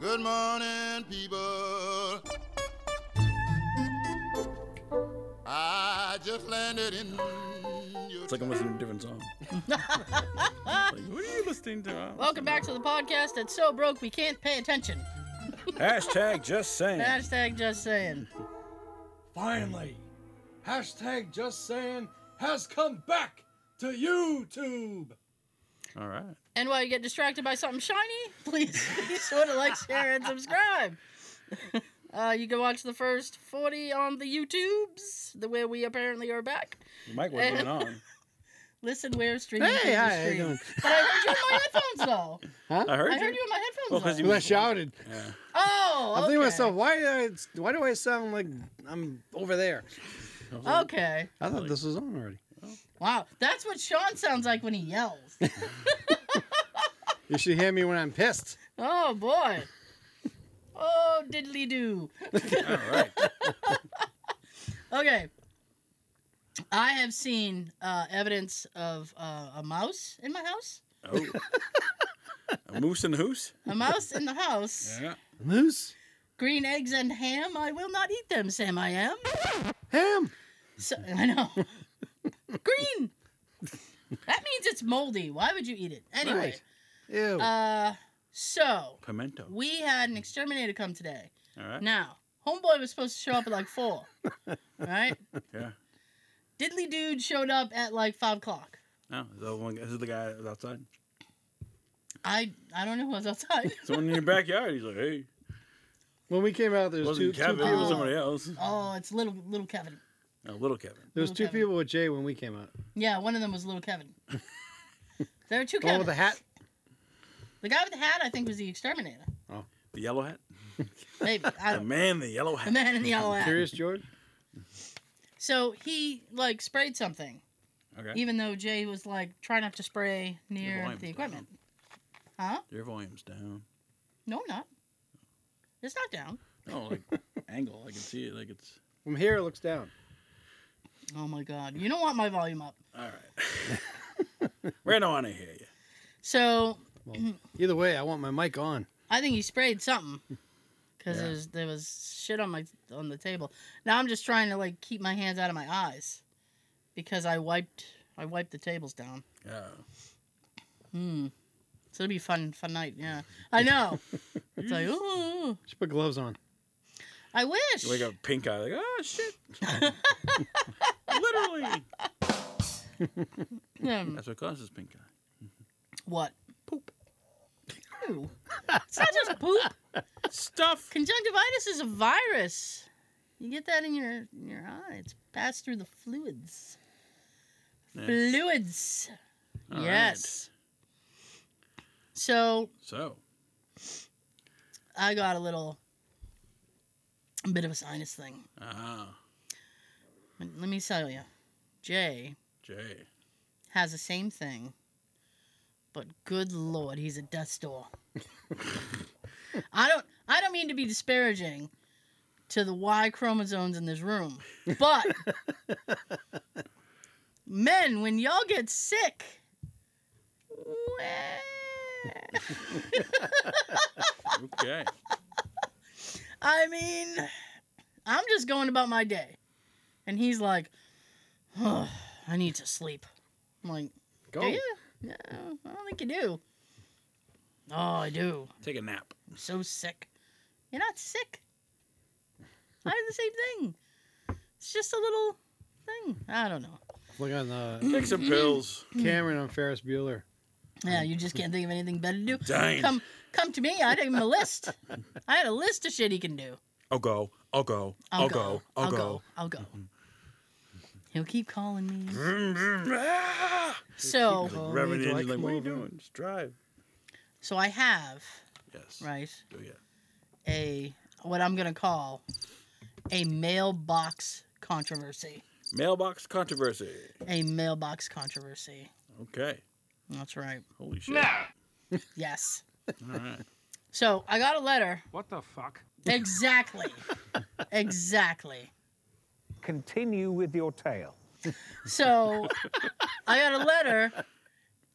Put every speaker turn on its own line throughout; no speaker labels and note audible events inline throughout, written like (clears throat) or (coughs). morning, people. I just landed in. your
It's like I'm listening to a different
(laughs)
song. like, what are you listening to? I'm-
Welcome back to the podcast that's so broke we can't pay attention.
Hashtag just saying.
Hashtag just saying.
Finally, hashtag just saying has come back to YouTube.
All right.
And while you get distracted by something shiny, (laughs) please be sure to like, share, and subscribe. (laughs) Uh, you can watch the first 40 on the YouTubes, the way we apparently are back.
The mic was going on.
Listen, where streaming
Hey,
through the
hi, how you
stream.
doing?
But I heard you in my headphones,
(laughs)
though.
I heard
I
you.
heard you in
Well,
my headphones.
'cause
though.
you-
I shouted.
Yeah.
Oh, okay.
I'm thinking to myself, why, uh, why do I sound like I'm over there?
Oh,
Okay.
I thought this was on already.
Wow, that's what Sean sounds like when he
(laughs)
yells.
You should hear me when I'm pissed.
Oh boy. Oh diddly doo.
All right.
Okay. I have seen uh, evidence of uh, a mouse in my house.
Oh.
(laughs)
A moose and a hoose?
A
(laughs)
mouse in the house.
Yeah.
Moose?
Green eggs and ham. I will not eat them, Sam. I am.
Ham?
So,
(laughs)
I know. Green. That means it's moldy. Why would you eat it anyway?
Right. Ew.
Uh, so
Pimento.
we had an exterminator come today.
All right.
Now, homeboy was supposed to show up at like four, right?
(laughs) Yeah.
Diddly dude showed up at like five o'clock.
Oh, is that one, this is the guy that was outside.
I I don't know who was outside.
Someone in your backyard. He's like, hey,
when we came out,
it
there was two,
wasn't
two
Kevin. It was
people.
somebody else.
Oh, it's little little Kevin.
No, little Kevin.
There was two
Little Kevin.
people with Jay when we came out.
Yeah, one of them was little
(laughs)
Kevin. There were two
The one
Kevin.
with the hat.
The guy with the hat, I think, was the exterminator.
The yellow hat.
(laughs)
Maybe I
The
don't.
man, in the yellow
The
hat.
man in the yellow hat.
Curious George?
So he like sprayed something,
Okay.
even though Jay was like, try not to spray
Your
near
volume's
the
down.
equipment. Huh?
Your volume's down.
No, I'm not. It's not down.
Oh, like (laughs) angle. I can see it. Like it's.
From here, it looks down.
Oh my god, you don't want my volume up.
All (laughs) right. we don't want to hear you.
So
Either way, I want my mic on.
I think he sprayed something
(laughs)
because
Yeah.
there, was, there was shit on my on the table. Now I'm just trying to like keep my hands out of my eyes because I wiped I wiped the tables down.
Yeah.
Hmm. So it'll be fun fun night. Yeah,
(laughs)
I know. it's like ooh,
Just put gloves on.
I wish.
You wake up pink eye, like, oh, (laughs) shit. Literally. (laughs)
Hmm,
That's what causes pink eye.
what?
Poop.
Ew. it's not just poop.
Stuff.
Conjunctivitis is a virus. You get that in your in your eye. It's passed through the fluids.
Yeah.
Fluids.
All right.
yes. So
So,
I got a little bit of a sinus thing.
ah,
But Let me tell you, Jay
Jay.
has the same thing, but good lord, he's a
(laughs)
death's door. I don't. I don't mean to be disparaging to the Y chromosomes in this room,
(laughs)
but men, when y'all get sick, well,
Okay.
I mean, I'm just going about my day. And he's like, "Ugh, I need to sleep. I'm like,
Go.
do you? No, I don't think you do. Oh, I do.
Take a nap.
I'm so sick. You're not sick. I have the same thing. It's just a little thing. I don't know.
Look on uh,
Take some pills.
Cameron on Ferris Bueller.
Yeah, you just can't think of anything better to do.
Dang.
Come, come to me. I gave him a list. I had a list of shit he can do.
I'll go. I'll go. I'll, go. I'll, go.
I'll go. He'll keep calling me.
Ah!
So,
Call me,
Reverend
do I
Andy's like,
come
what are you
over?"
doing? Just drive.
so I have
Yes.
right
Oh, yeah.
a what I'm gonna call a mailbox controversy.
Mailbox controversy.
A mailbox controversy.
Okay.
That's right.
Holy shit.
Yes.
All right.
So I got a letter.
What the fuck?
Exactly.
(laughs)
exactly.
Continue with your tale.
So I got a letter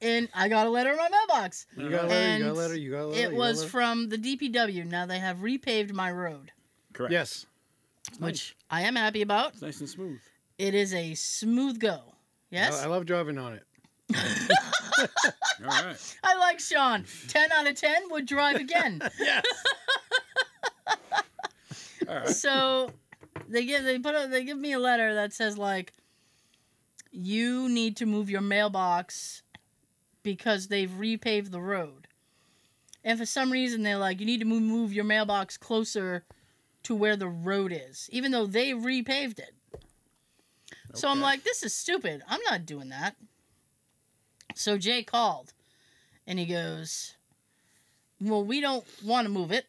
and I got a letter in my mailbox.
You got a letter. You got a
And
letter. Oh, You got a
It
letter. you got a
was
letter.
from the DPW. Now they have repaved my road,
Correct.
Yes.
which I am happy about.
It's nice and smooth.
It is a smooth go. Yes?
I, I love driving on it.
All right.
I like Sean. 10 out of 10 would drive again.
Yes.
All right.
so they give they put a, they give me a letter that says like you need to move your mailbox because they've repaved the road. And for some reason they're like you need to move, move your mailbox closer to where the road is even though they repaved it. So I'm
Okay.
like this is stupid. I'm not doing that. So Jay called and he goes well, we don't want to move it.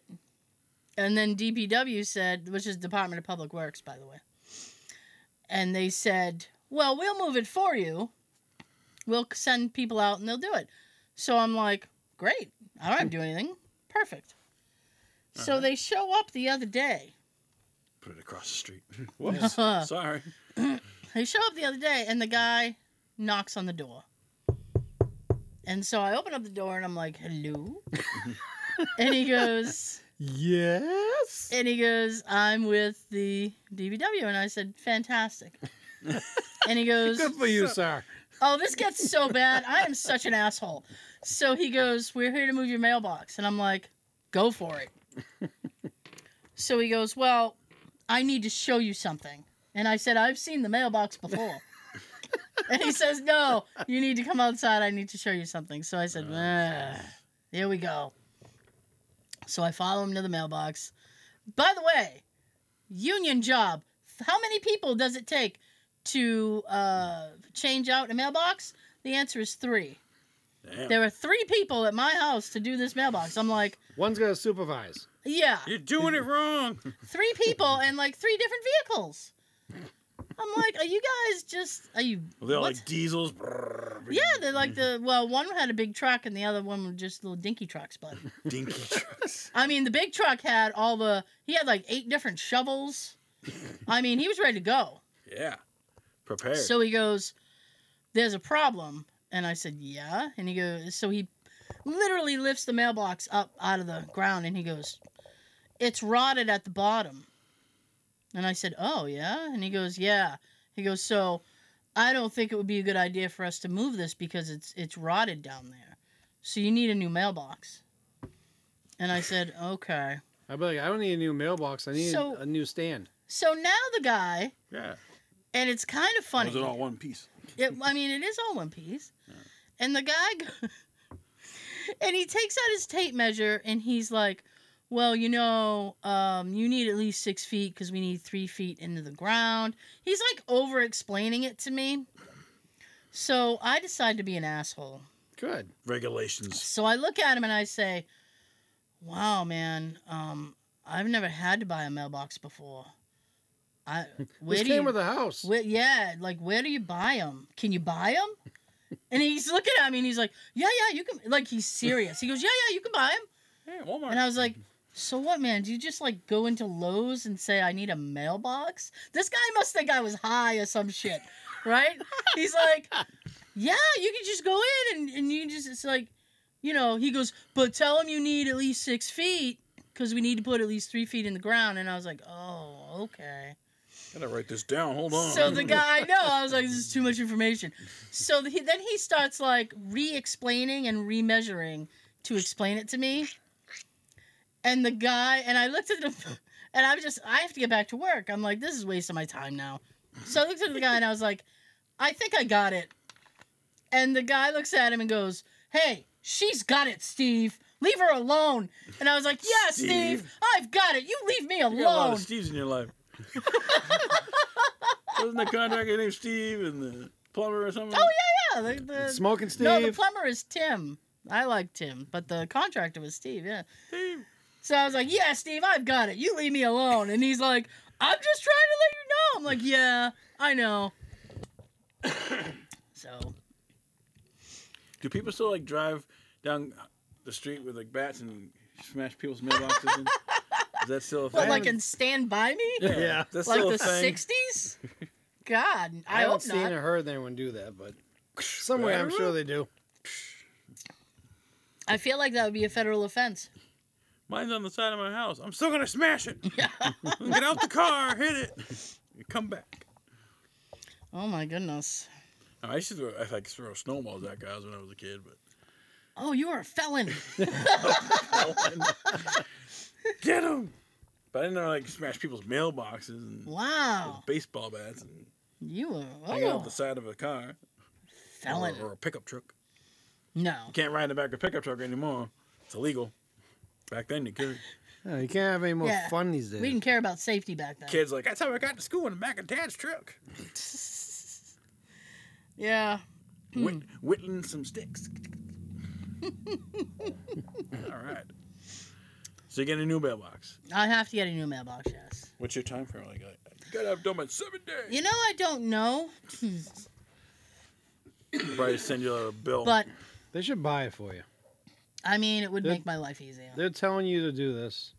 And then DPW said, which is Department of Public Works, by the way, and they said, well, we'll move it for you. We'll send people out and they'll do it. So I'm like, great. I don't have to do anything. Perfect. So
Uh-huh.
they show up the other day.
Put it across the street.
(laughs) Whoops. (laughs) Sorry.
(laughs) They show up the other day, and the guy knocks on the door. And so I open up the door and I'm like, hello. and he goes,
Yes.
And he goes, I'm with the DBW. And I said, fantastic.
(laughs)
and he goes,
Good for you, sir.
oh, this gets so bad. I am such an asshole. So he goes, we're here to move your mailbox. And I'm like, go for it. so he goes, well, I need to show you something. And I said, I've seen the mailbox before. and he says, no, you need to come outside. I need to show you something. So I said, "Ah, here we go. So I follow him to the mailbox. By the way, union job. How many people does it take to uh, change out a mailbox? The answer is three.
Damn.
There were three people at my house to do this mailbox. I'm like,
One's gonna supervise.
yeah,
You're doing it wrong.
three people and like three different vehicles. I'm like, are you guys just are you?
Well, they're
what?
like diesels.
(laughs) yeah, they're like the well, one had a big truck and the other one were just little dinky
(laughs)
trucks, but
Dinky trucks.
I mean, the big truck had all the he had like eight different shovels. I mean, he was ready to go.
Yeah. Prepared.
So he goes, "There's a problem," and I said, "Yeah." And he goes, so he literally lifts the mailbox up out of the ground, and he goes, "It's rotted at the bottom." And I said, "Oh yeah," and he goes, "Yeah." He goes, "So I don't think it would be a good idea for us to move this because it's it's rotted down there, so you need a new mailbox." And I said, "Okay."
I'd be like, I don't need a new mailbox. I need
So-
a new stand.
So now the guy,
yeah.
and it's kind of funny.
Was it all one piece?
It, I mean, it is all one piece. And the guy, go- (laughs) and he takes out his tape measure and he's like, "Well, you know, um, you need at least six feet because we need three feet into the ground." He's like over explaining it to me. So I decide to be an asshole.
Good.
Regulations.
So I look at him and I say, "Wow, man, um, I've never had to buy a mailbox before.
(laughs)
I where
This
do
came
you,
with the house.
where, yeah, like where do you buy them? Can you buy them? And he's looking at me and he's like, yeah, yeah, you can. Like he's serious. He goes, yeah, yeah, you can buy them.
Hey, Walmart.
And I was like, so what, man? Do you just like go into Lowe's and say I need a mailbox? This guy must think I was high or some shit, right? He's like, yeah, you can just go in and, and you just it's like, you know. He goes, but tell him you need at least six feet because we need to put at least three feet in the ground. And I was like, oh, okay.
Gotta write this down. Hold on.
So the guy, I know, I was like, this is too much information. So the, he, then he starts like re explaining and re measuring to explain it to me. And the guy, and I looked at him, (laughs) and I was just, I have to get back to work. I'm like, this is wasting my time now. So I looked at the guy and I was like, I think I got it. And the guy looks at him and goes, Hey, she's got it, Steve. Leave her alone. And I was like, Yeah, Steve,
Steve.
I've got it. You leave
(laughs)
me
You got a lot
alone.
of Steves in your
(laughs)
life. Wasn't the contractor named Steve and the plumber or something?
Oh, yeah, the- the-
Smoking Steve.
No, the plumber is Tim. I like Tim, but the contractor was Steve. Yeah.
Steve.
So I was like, "Yeah, Steve, I've got it. You leave me alone." And he's like, "I'm just trying to let you know." I'm like, "Yeah, I know." (coughs) so
Do people still like drive down the street with like bats and smash people's mailboxes? in?
(laughs)
Is that still a thing?
what, like in Stand By Me,
Yeah.
That's
like
still
the
a thing.
'60s? God, I,
I,
(laughs)
haven't
hope
seen
not.
or heard anyone do that, but somewhere I'm
Right?
sure they do.
I feel like that would be a federal offense.
Mine's on the side of my house. I'm still gonna smash
(laughs)
it. (laughs) Get out the car, hit it, come back.
Oh my goodness.
I used to throw, I like throw snowballs at guys when I was a kid,
(laughs)
but
Oh, you are a felon. Oh,
(laughs) get them. But I didn't know like smash people's mailboxes and
Wow.
baseball bats and
You are
hang out
oh,
the side of a car or,
felon.
or a pickup truck.
No.
You can't ride in the back of a pickup truck anymore. It's illegal. Back then you could.
Oh, you can't have any more
Yeah.
fun these days.
We didn't care about safety back then.
Kids like that's how I got to school in the back of Dad's truck,
yeah. Hmm.
Whit- whittling some
(laughs)
sticks. All right. So you get a new mailbox.
I have to get a new mailbox, yes.
What's your time frame? Like, I gotta have done by seven days.
You know, I don't know,
Probably send you a bill.
but
They should buy it for you.
I mean, it would
They're-
make my life easier.
They're telling you to do this.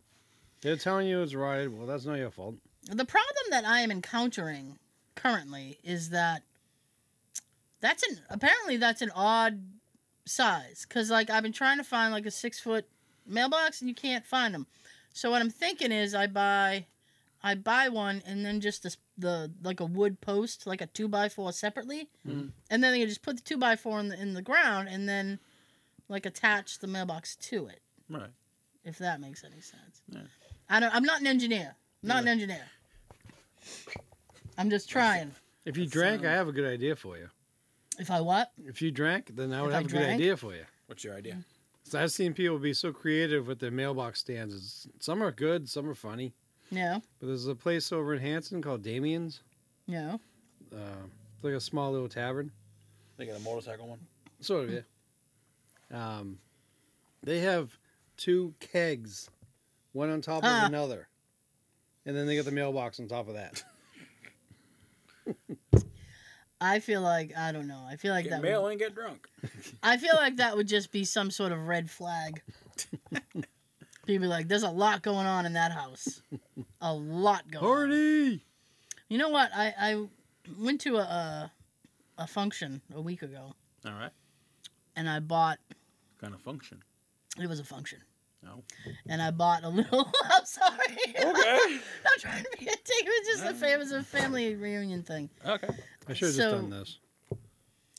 They're telling you it's right. Well, that's not your fault.
The problem that I am encountering currently is that that's an apparently that's an odd size because like I've been trying to find like a six foot mailbox and you can't find them. So what I'm thinking is I buy, I buy one and then just this, the like a wood post like a two by four separately,
Mhm.
and then you just put the two by four in the in the ground and then like attach the mailbox to it
right.
if that makes any sense.
Yeah.
I don't. I'm not an engineer. I'm not an
Yeah.
engineer. I'm just trying.
If you
That
um,
drank, I
sounds-
have a good idea for you.
If I what?
If you drank, then I would
If I
have a good
drank?
idea for you.
What's your idea?
So I've seen people be so creative with their mailbox stands. It's- Some are good, some are funny.
No,
But there's a place over in Hanson called Damien's.
no.
Uh, it's like a small little tavern,
They got a motorcycle one.
sort
Hmm.
of. Yeah. Um, they have two kegs, one on top of
Ah.
another, and then they got the mailbox on top of that.
I feel like I don't know. I feel like
Get
that.
mail
Would,
and get drunk.
I feel like that would just be some sort of
(laughs)
red flag. People be like, "There's a lot going on in that house. A lot going." on.
Party!
You know what? I I went to a a, a function a week ago,
All right.
and I bought
Kind of function.
It was a function.
No.
And I bought a little. (laughs) I'm sorry.
Oh, Okay.
(laughs) I'm trying to be a dick. It was just a, fam- it was a family reunion thing.
(laughs) Okay.
I should have
So-
just done this.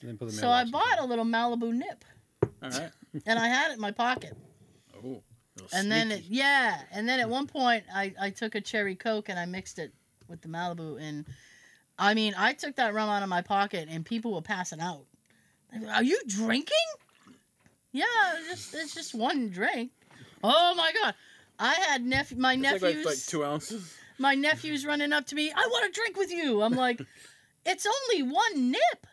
And then put the
So I
mailbox on
bought
top.
a little Malibu nip,
All
(laughs)
right.
and I had it in my pocket.
Oh. little
And then it,
sneaky.
yeah, and then at one point I I took a cherry coke and I mixed it with the Malibu, and I mean I took that rum out of my pocket, and people were passing out. They were, Are you drinking? Yeah, it was just it's just one drink. Oh my god. I had nephew, my
It's like- like,
nephews.
like two ounces.
my nephew's running up to me, I want a drink with you. I'm like, it's only one nip.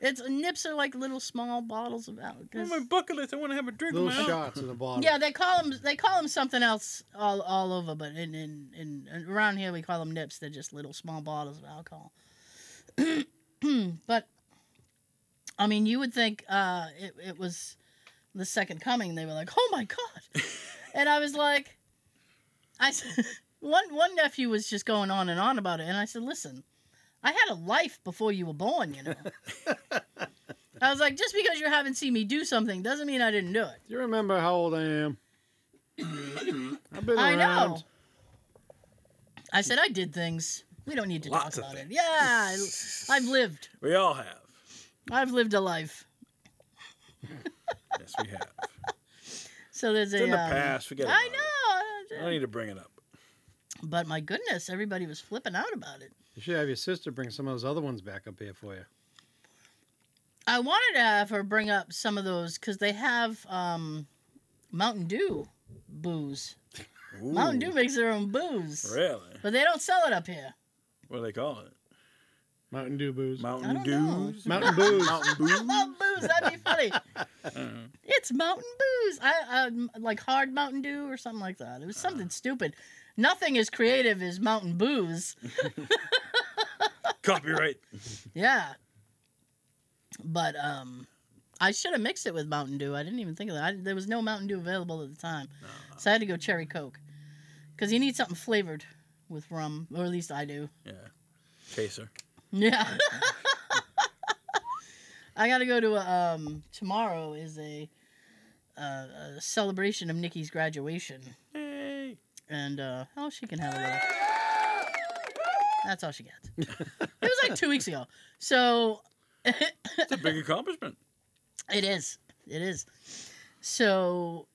It's nips are like little small bottles of
Oh,
alcohol.
my bucket list. I want to have a drink.
little
on my own.
shots in the bottle.
Yeah, they call them they call them something else all, all over, but in, in in around here we call them nips. They're just little small bottles of alcohol. (clears throat) but I mean, you would think uh, it it was the second coming. They were like, "Oh my god," and I was like, I s- (laughs) one one nephew was just going on and on about it, and I said, "Listen, I had a life before you were born, you know." I was like, just because you haven't seen me do something doesn't mean I didn't do it.
Do you remember how old
(coughs)
I am? I've been
I
around.
know. I said I did things. We don't need to
Lots of
talk about it.
things.
Yeah, I, I've lived.
We all have.
I've lived a life.
Yes, we have.
So there's
It's
a.
in the
um,
past. Forget about
I
it.
know.
I don't need to bring it up.
But my goodness, everybody was flipping out about it.
You should have your sister bring some of those other ones back up here for you.
I wanted to have her bring up some of those because they have um, Mountain Dew booze.
Ooh,
Mountain Dew makes their own booze,
Really?
but they don't sell it up here.
What do they call it?
Mountain Dew booze.
I
Mountain
don't know.
Dews.
Mountain booze.
Mountain
I love
Dew.
booze. That'd be funny. It's Mountain Booze. I, I like hard Mountain Dew or something like that. It was something stupid. Nothing as creative as Mountain Booze.
Copyright.
Yeah. But um, I should have mixed it with Mountain Dew. I didn't even think of that. I, there was no Mountain Dew available at the time, so I had to go Cherry Coke. Cause you need something flavored with rum, or at least I do.
Yeah. Chaser.
Yeah. (laughs) I gotta go to a, um tomorrow is a, uh, a celebration of Nikki's graduation,
Hey.
and uh, oh, she can have a little. That's all she gets. (laughs) it was like two weeks ago, so
It's a big accomplishment.
It is. It is. So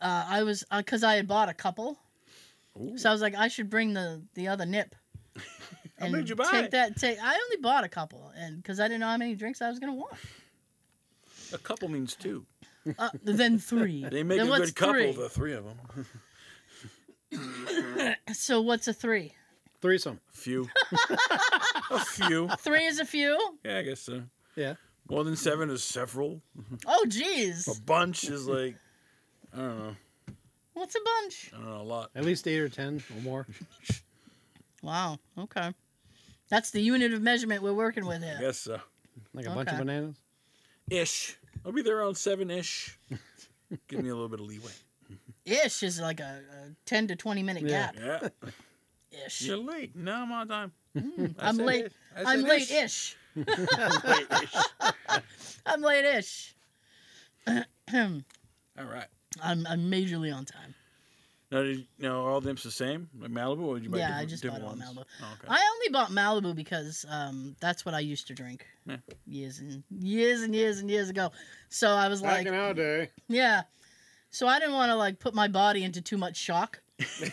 uh, I was because I had bought a couple,
Ooh.
so I was like, I should bring the the other nip.
(laughs) How many did you buy?
Take that. Take. I only bought a couple, and because I didn't know how many drinks I was gonna want.
A couple means two.
Uh, then three.
They make
Then
a
what's
good couple,
three?
the three of them.
So what's a three?
Threesome.
A few. a few.
Three is a few.
Yeah, I guess so.
Yeah.
More than seven is several.
Oh,
A
geez.
bunch is like, I don't know.
What's a bunch?
I don't know, a lot.
At least eight or ten or more.
Wow. Okay. That's the unit of measurement we're working with
I
here.
guess so.
Like a bunch of
Okay.
bananas.
Ish. I'll be there around seven ish. (laughs) Give me a little bit of leeway.
Ish is like a, a ten to twenty minute
Yeah.
gap.
Yeah. Hmm.
Ish.
You're late. No, I'm on time. I
I'm
said
late.
ish. I
I'm
said
late (laughs)
ish.
ish.
Late-ish.
I'm late ish. I'm
All right.
I'm majorly on time.
Now, did, now are all them the same? Like Malibu? Or did you buy
Yeah, I
different-
just
different
bought it on
ones? Oh, okay.
I only bought Malibu because um, that's what I used to drink
Yeah.
years and years and years and years ago. So I was like,
our day.
yeah. So I didn't want to like put my body into too much shock.
I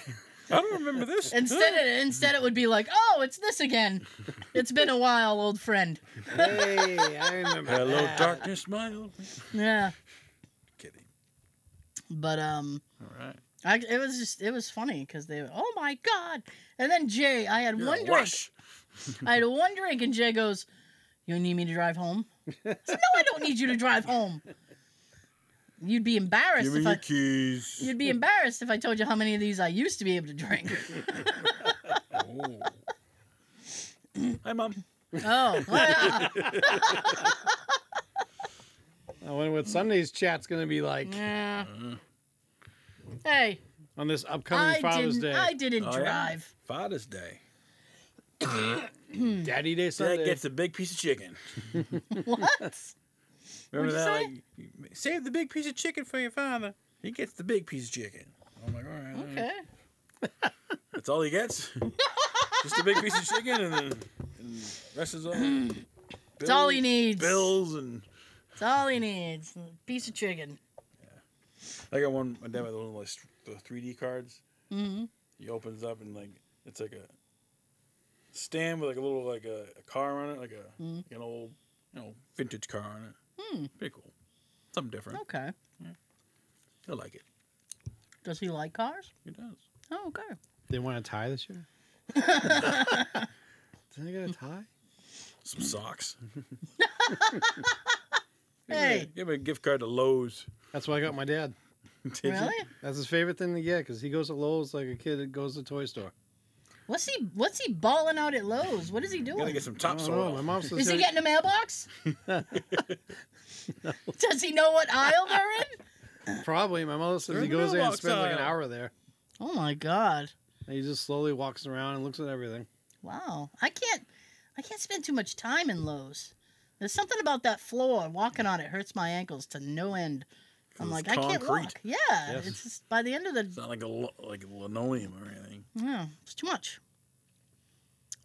don't remember this.
(laughs) Instead, it, instead it would be like, oh, it's this again. It's been a while, old friend.
Hey, I remember.
(laughs) Hello,
that.
darkness, my old.
Yeah.
Kidding.
But um,
All right.
I, it was just it was funny because they were, oh my god. And then Jay, I had
You're
one
a
drink.
lush.
I had one drink, and Jay goes, "You need me to drive home?" I said, "No, I don't need you to drive home. You'd be embarrassed
Give me
if
your
I (laughs)
keys.
you'd be embarrassed if I told you how many of these I used to be able to drink."
Oh. Hi, mom.
oh, wow.
I wonder what Sunday's chat's gonna be like
yeah. Hey,
on this upcoming
I
Father's
didn't.
Day.
I didn't
Oh, yeah. (laughs)
drive.
Father's Day.
Daddy Day
Dad
Sunday.
gets a big piece of chicken.
What?
Remember that?
What'd
Like, save the big piece of chicken for your father. He gets the big piece of chicken. I'm like, all right. all right.
Okay.
That's all he gets? (laughs) Just a big piece of chicken and then and rest is all.
(clears throat) It's all he needs.
Bills and
It's all he needs. Piece of chicken.
I got one. My dad had one of those the 3D cards.
hmm
He opens up and like it's like a stand with like a little like a, a car on it, like a
Mm.
like an old you know vintage car on it.
Hmm. Oh.
Pretty cool. Something different.
Okay.
I like it.
Does he like cars?
It does.
Oh, okay.
They want a tie this year.
(laughs)
Did they get a tie? Mm.
Some socks.
(laughs)
Hey.
Give me a gift card to Lowe's. (laughs)
That's what I got my dad.
Did you?
Really?
That's his favorite thing to get because he goes to Lowe's like a kid that goes to the toy store.
What's he What's he balling out at Lowe's? What is he
Gotta
doing?
get some
I don't know. My
topsoil.
mom says
Is he
that-
getting
(laughs)
a mailbox? (laughs) Does he know what aisle
(laughs)
they're in?
probably. My mother
They're
says he
in the
goes there and
mailbox
spends like an
aisle.
hour there.
Oh my god!
And he just slowly walks around and looks at everything.
Wow, I can't, I can't spend too much time in Lowe's. There's something about that floor. Walking on it hurts my ankles to no end. I'm like,
It's
I can't
concrete.
walk. Yeah, it's just by the end of
It's
the,
not like a lo- like a linoleum or anything.
yeah, it's too much.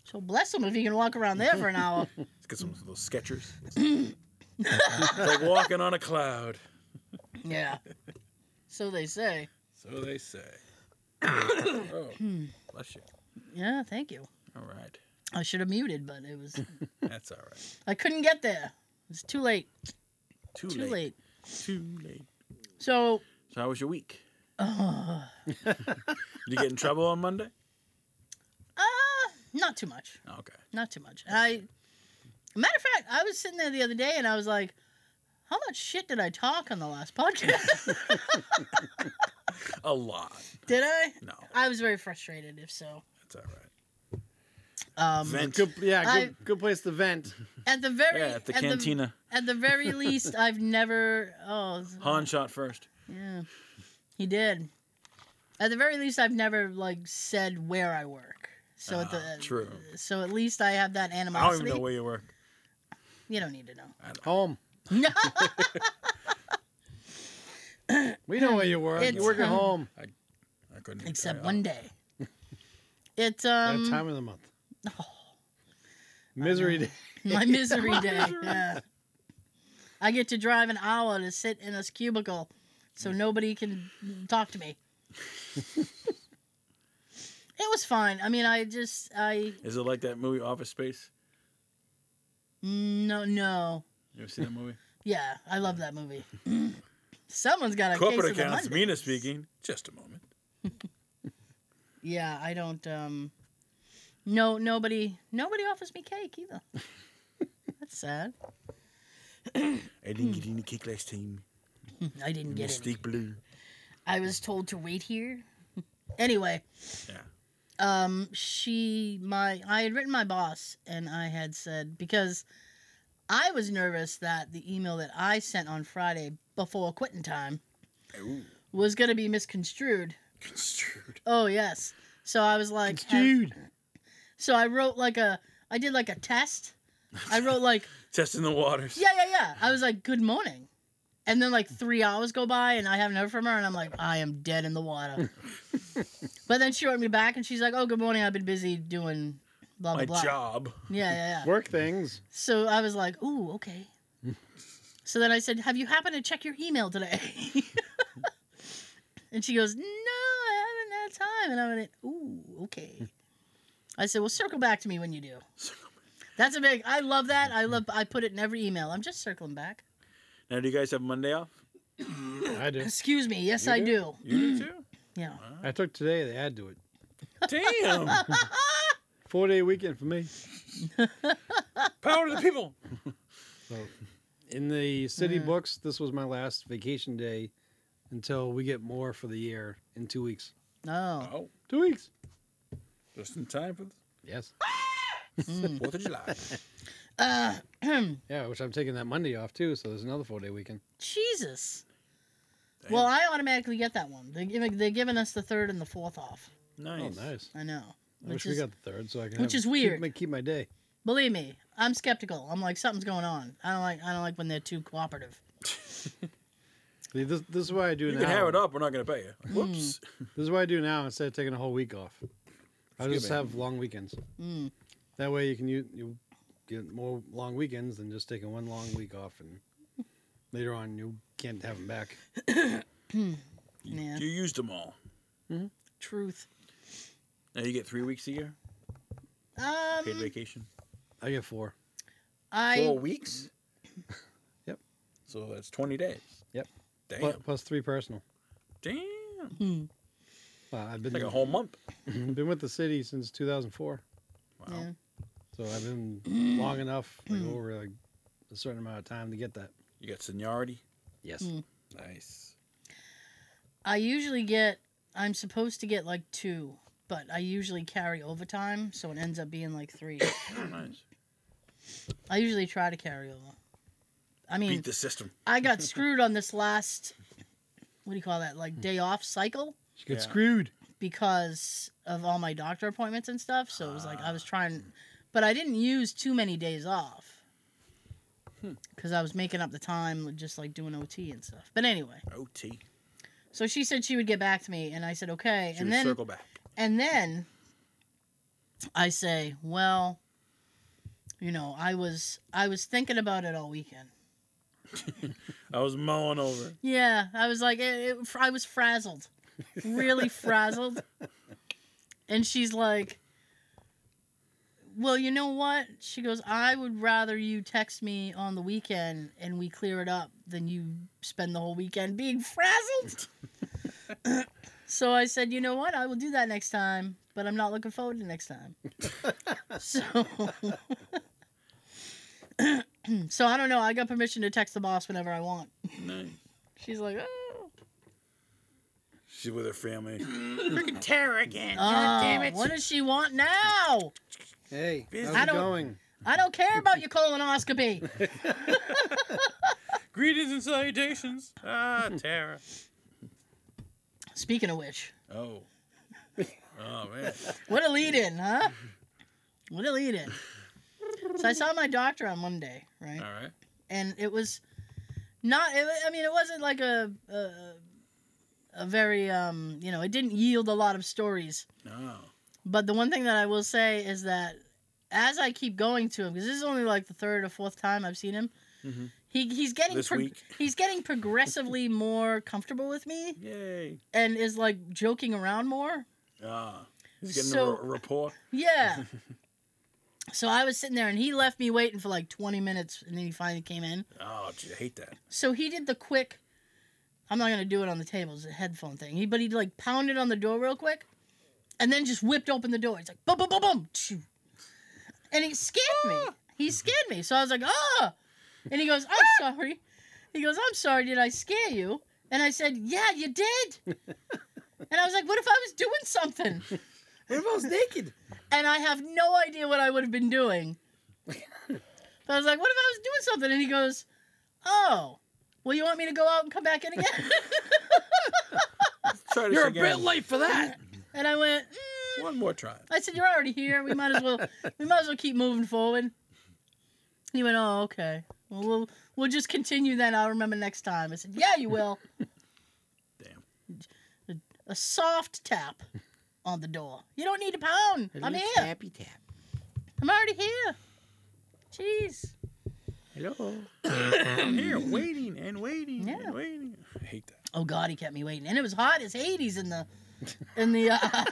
So bless him if he can walk around there for
(laughs)
an hour.
Let's get some of those Skechers.
(laughs)
it's like walking on a cloud.
yeah, so they say.
So they say. (coughs) oh,
Hmm.
bless you.
Yeah, thank you.
All
(laughs)
right.
I should have muted, but it was,
That's all right.
I couldn't get there. It's too late.
Too,
Too
late.
late.
Too late.
So (sighs)
So how was your week?
Uh,
Did you get in trouble on
(laughs)
Monday?
uh, not too much.
Oh, okay.
Not too much. I, matter of fact, I was sitting there the other day and I was like, how much shit did I talk on the last podcast?
(laughs) A lot.
did I?
No,
I was very frustrated, if so.
that's all right.
Um,
Vent.
Good, yeah, good,
I-
good place to vent.
at the very,
Yeah, at the
at, the,
cantina.
at
(laughs)
the very least, I've never. Oh,
Han shot first.
yeah, he did. At the very least, I've never like said where I work. So at
Ah,
the
true.
So at least I have that
I don't
animosity.
even know where you work.
You don't need to know.
Home.
No,
(laughs)
We know where you work.
It's,
you work at
um,
home
I couldn't.
(laughs) except
I-
one day. It's
at
um
a time of
(laughs)
the month. Misery day.
(laughs)
my misery day. Yeah. I get to drive an hour to sit in this cubicle, so
Mm.
nobody can talk
(laughs)
to me. it was fine. I mean, I just I
Is it like that movie Office Space?
no no
You ever seen that movie?
yeah I love that movie. (clears throat) Someone's got (laughs) a case
Corporate
of the
accounts.
Mondays.
Mina speaking. Just a moment.
Yeah, I don't. um No, nobody, nobody offers me cake either.
(laughs)
That's sad.
I didn't get any cake last time.
I Hmm. didn't get it.
blue.
I was told to wait here. anyway.
Yeah.
Um, she, my, I had written my boss, and I had said because I was nervous that the email that I sent on Friday before quitting time
Ooh,
was gonna be misconstrued.
construed.
Oh yes. So I was like, have-
Dude.
so I wrote like a, I did like a test. I wrote like
Testing the waters.
Yeah, yeah, yeah. I was like, good morning. And then like three hours go by and I haven't heard from her and I'm like, I am dead in the
(laughs)
water. but then she wrote me back and she's like, Oh, good morning, I've been busy doing blah blah
My
blah.
job.
Yeah, yeah, yeah.
Work things.
So I was like, Ooh,
(laughs)
okay. so then I said, Have you happened to check your email today? (laughs) and she goes, No, I haven't had time. And I went, Ooh, okay. I said, Well, circle back to me when you do. That's a big I love that. I
Mm-hmm.
love I put it in every email. I'm just circling back.
Now, do you guys have Monday off?
I do.
Excuse me. Yes,
You
I
do?
do.
You do too?
Yeah.
I took today to add to it.
Damn.
(laughs)
Four day weekend for me.
Power to the people.
So, in the city
Mm.
books, this was my last vacation day until we get more for the year in two weeks.
No.
Oh,
Two weeks.
just in time for the
Yes.
Mm.
4th of July. Oh.
Uh, (clears throat)
Yeah, which I'm taking that Monday off too, so there's another four day weekend.
Jesus. Well, I automatically get that one. They're giving, they're giving us the third and the fourth off.
nice.
Oh, nice.
I know.
I
Which
wish we
is,
got the third, so I can.
which
have-
is weird.
Keep my, keep my day.
believe me, I'm skeptical. I'm like something's going on. I don't like I don't like when they're too cooperative.
See, This, this is why I do
You
now.
can have it up. We're not going to pay you.
Hmm,
Whoops.
This is what I do now instead of taking a whole week off. I
Excuse
just
me.
have long weekends.
Mm.
That way you can you, you get more long weekends than just taking one long week off, and later on you can't have them back.
You-
Yeah.
You used them all.
Truth.
Now you get three weeks a year paid
Um,
vacation.
I get four.
I
weeks. (laughs)
Yep.
So that's twenty days.
Yep.
Damn.
Plus, plus three personal.
Damn.
Hmm.
Well, I've
It's
been
like a whole month.
(clears throat) been with the city since 2004,
Wow.
yeah.
so I've been long enough
Hmm.
like, over like, a certain amount of time to get that.
You got seniority.
Yes.
Mm.
Nice.
I usually get I'm supposed to get like two, but I usually carry overtime, so it ends up being
(coughs)
like three.
Oh,
Mm.
nice.
I usually try to carry over. I mean,
Beat the system.
I
(laughs)
got screwed on this last what do you call that like day off cycle
She got
Yeah.
screwed.
because of all my doctor appointments and stuff. So it was like I was trying, but I didn't use too many days off
Hmm.
because I was making up the time with just like doing OT and stuff. But anyway,
OT.
so she said she would get back to me, and I said okay,
She
and
would
then
circle back.
and then I say, well, you know, I was I was thinking about it all weekend.
I was mowing over.
Yeah, I was like, eh, it, it, I was frazzled, really frazzled. And she's like, "Well, you know what?" She goes, "I would rather you text me on the weekend and we clear it up than you spend the whole weekend being frazzled." so I said, "You know what? I will do that next time, but I'm not looking forward to next time." so. (clears throat) so I don't know. I got permission to text the boss whenever I want.
Nice.
She's like, oh,
She's with her family.
oh what does she want now?
Hey, how's
I
it
don't-
going?
I don't care about your colonoscopy.
(laughs) Greetings and salutations. Ah,
(laughs)
Tara.
Speaking of which,
Oh. Oh man.
what a lead in, huh? What a lead in. So I saw my doctor on Monday, right?
All right.
and it was not it, wa- i mean it wasn't like a, a a very um you know it didn't yield a lot of stories
Oh.
but the one thing that i will say is that as i keep going to him because this is only like the third or fourth time i've seen him
Mhm.
he, he's getting
This week. (laughs)
he's getting progressively more comfortable with me
Yay.
and is like joking around more
Ah. He's getting
So-
the r- report. (laughs)
yeah so i was sitting there and he left me waiting for like 20 minutes and then he finally came in
Oh, gee, I hate that.
So he did the quick. I'm not gonna do it on the table. It's a headphone thing. He, but he like pounded on the door real quick, and then just whipped open the door. He's like, boom, boom, boom, boom, shoo. and he scared me. He scared me. So I was like, oh, and he goes, I'm sorry. He goes, I'm sorry. Did I scare you? And I said, Yeah, you did. and I was like, What if I was doing something?
What if I was
(laughs)
naked?
and I have no idea what I would have been doing. but I was like, what if I was doing something? And he goes, oh, well, you want me to go out and come back in again? (laughs)
Try this
You're a
again.
bit late for that.
and I went, mm.
One more
(laughs)
try.
I said, you're already here. We might as well, we might as well keep moving forward. He went, oh, okay. Well, we'll we'll just continue then. I'll remember next time. I said, yeah, you will.
Damn.
A soft tap on the door. You don't need to pound. I'm here.
Happy tap.
I'm already here. Jeez.
Hello. Here, waiting and waiting
Yeah.
and waiting. I hate that.
Oh God, he kept me waiting, and it was hot as Hades in the, in the, uh,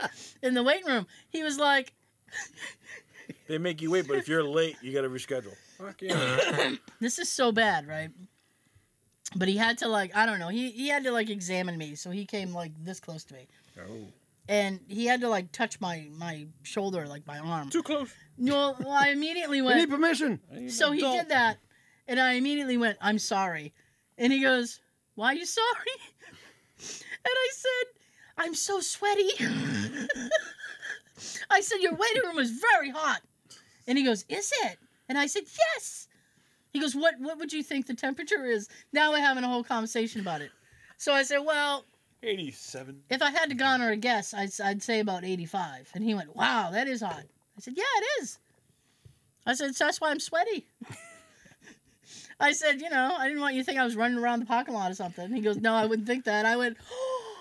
(laughs) in the waiting room. He was like,
They make you wait, but if you're late, you got to reschedule. Fuck (laughs) yeah.
"This is so bad, right?" But he had to like, I don't know, he he had to like examine me, so he came like this close to me,
oh.
and he had to like touch my my shoulder, like my arm.
Too close.
No, well, I immediately
You need
went.
permission.
So he did that, and I immediately went, "I'm sorry," and he goes, "Why are you sorry?" (laughs) And I said, "I'm so sweaty." (laughs) I said, "Your waiting room is very hot," and he goes, "Is it?" And I said, "Yes." He goes, "What? What would you think the temperature is?" Now we're having a whole conversation about it. So I said, "Well,
87.
if I had to garner a guess, I'd, I'd say about 85. And he went, Wow, that is hot. I said, Yeah, it is. I said, So that's why I'm sweaty. (laughs) I said, You know, I didn't want you to think I was running around the parking lot or something. He goes, No, I wouldn't think that. I went, Oh,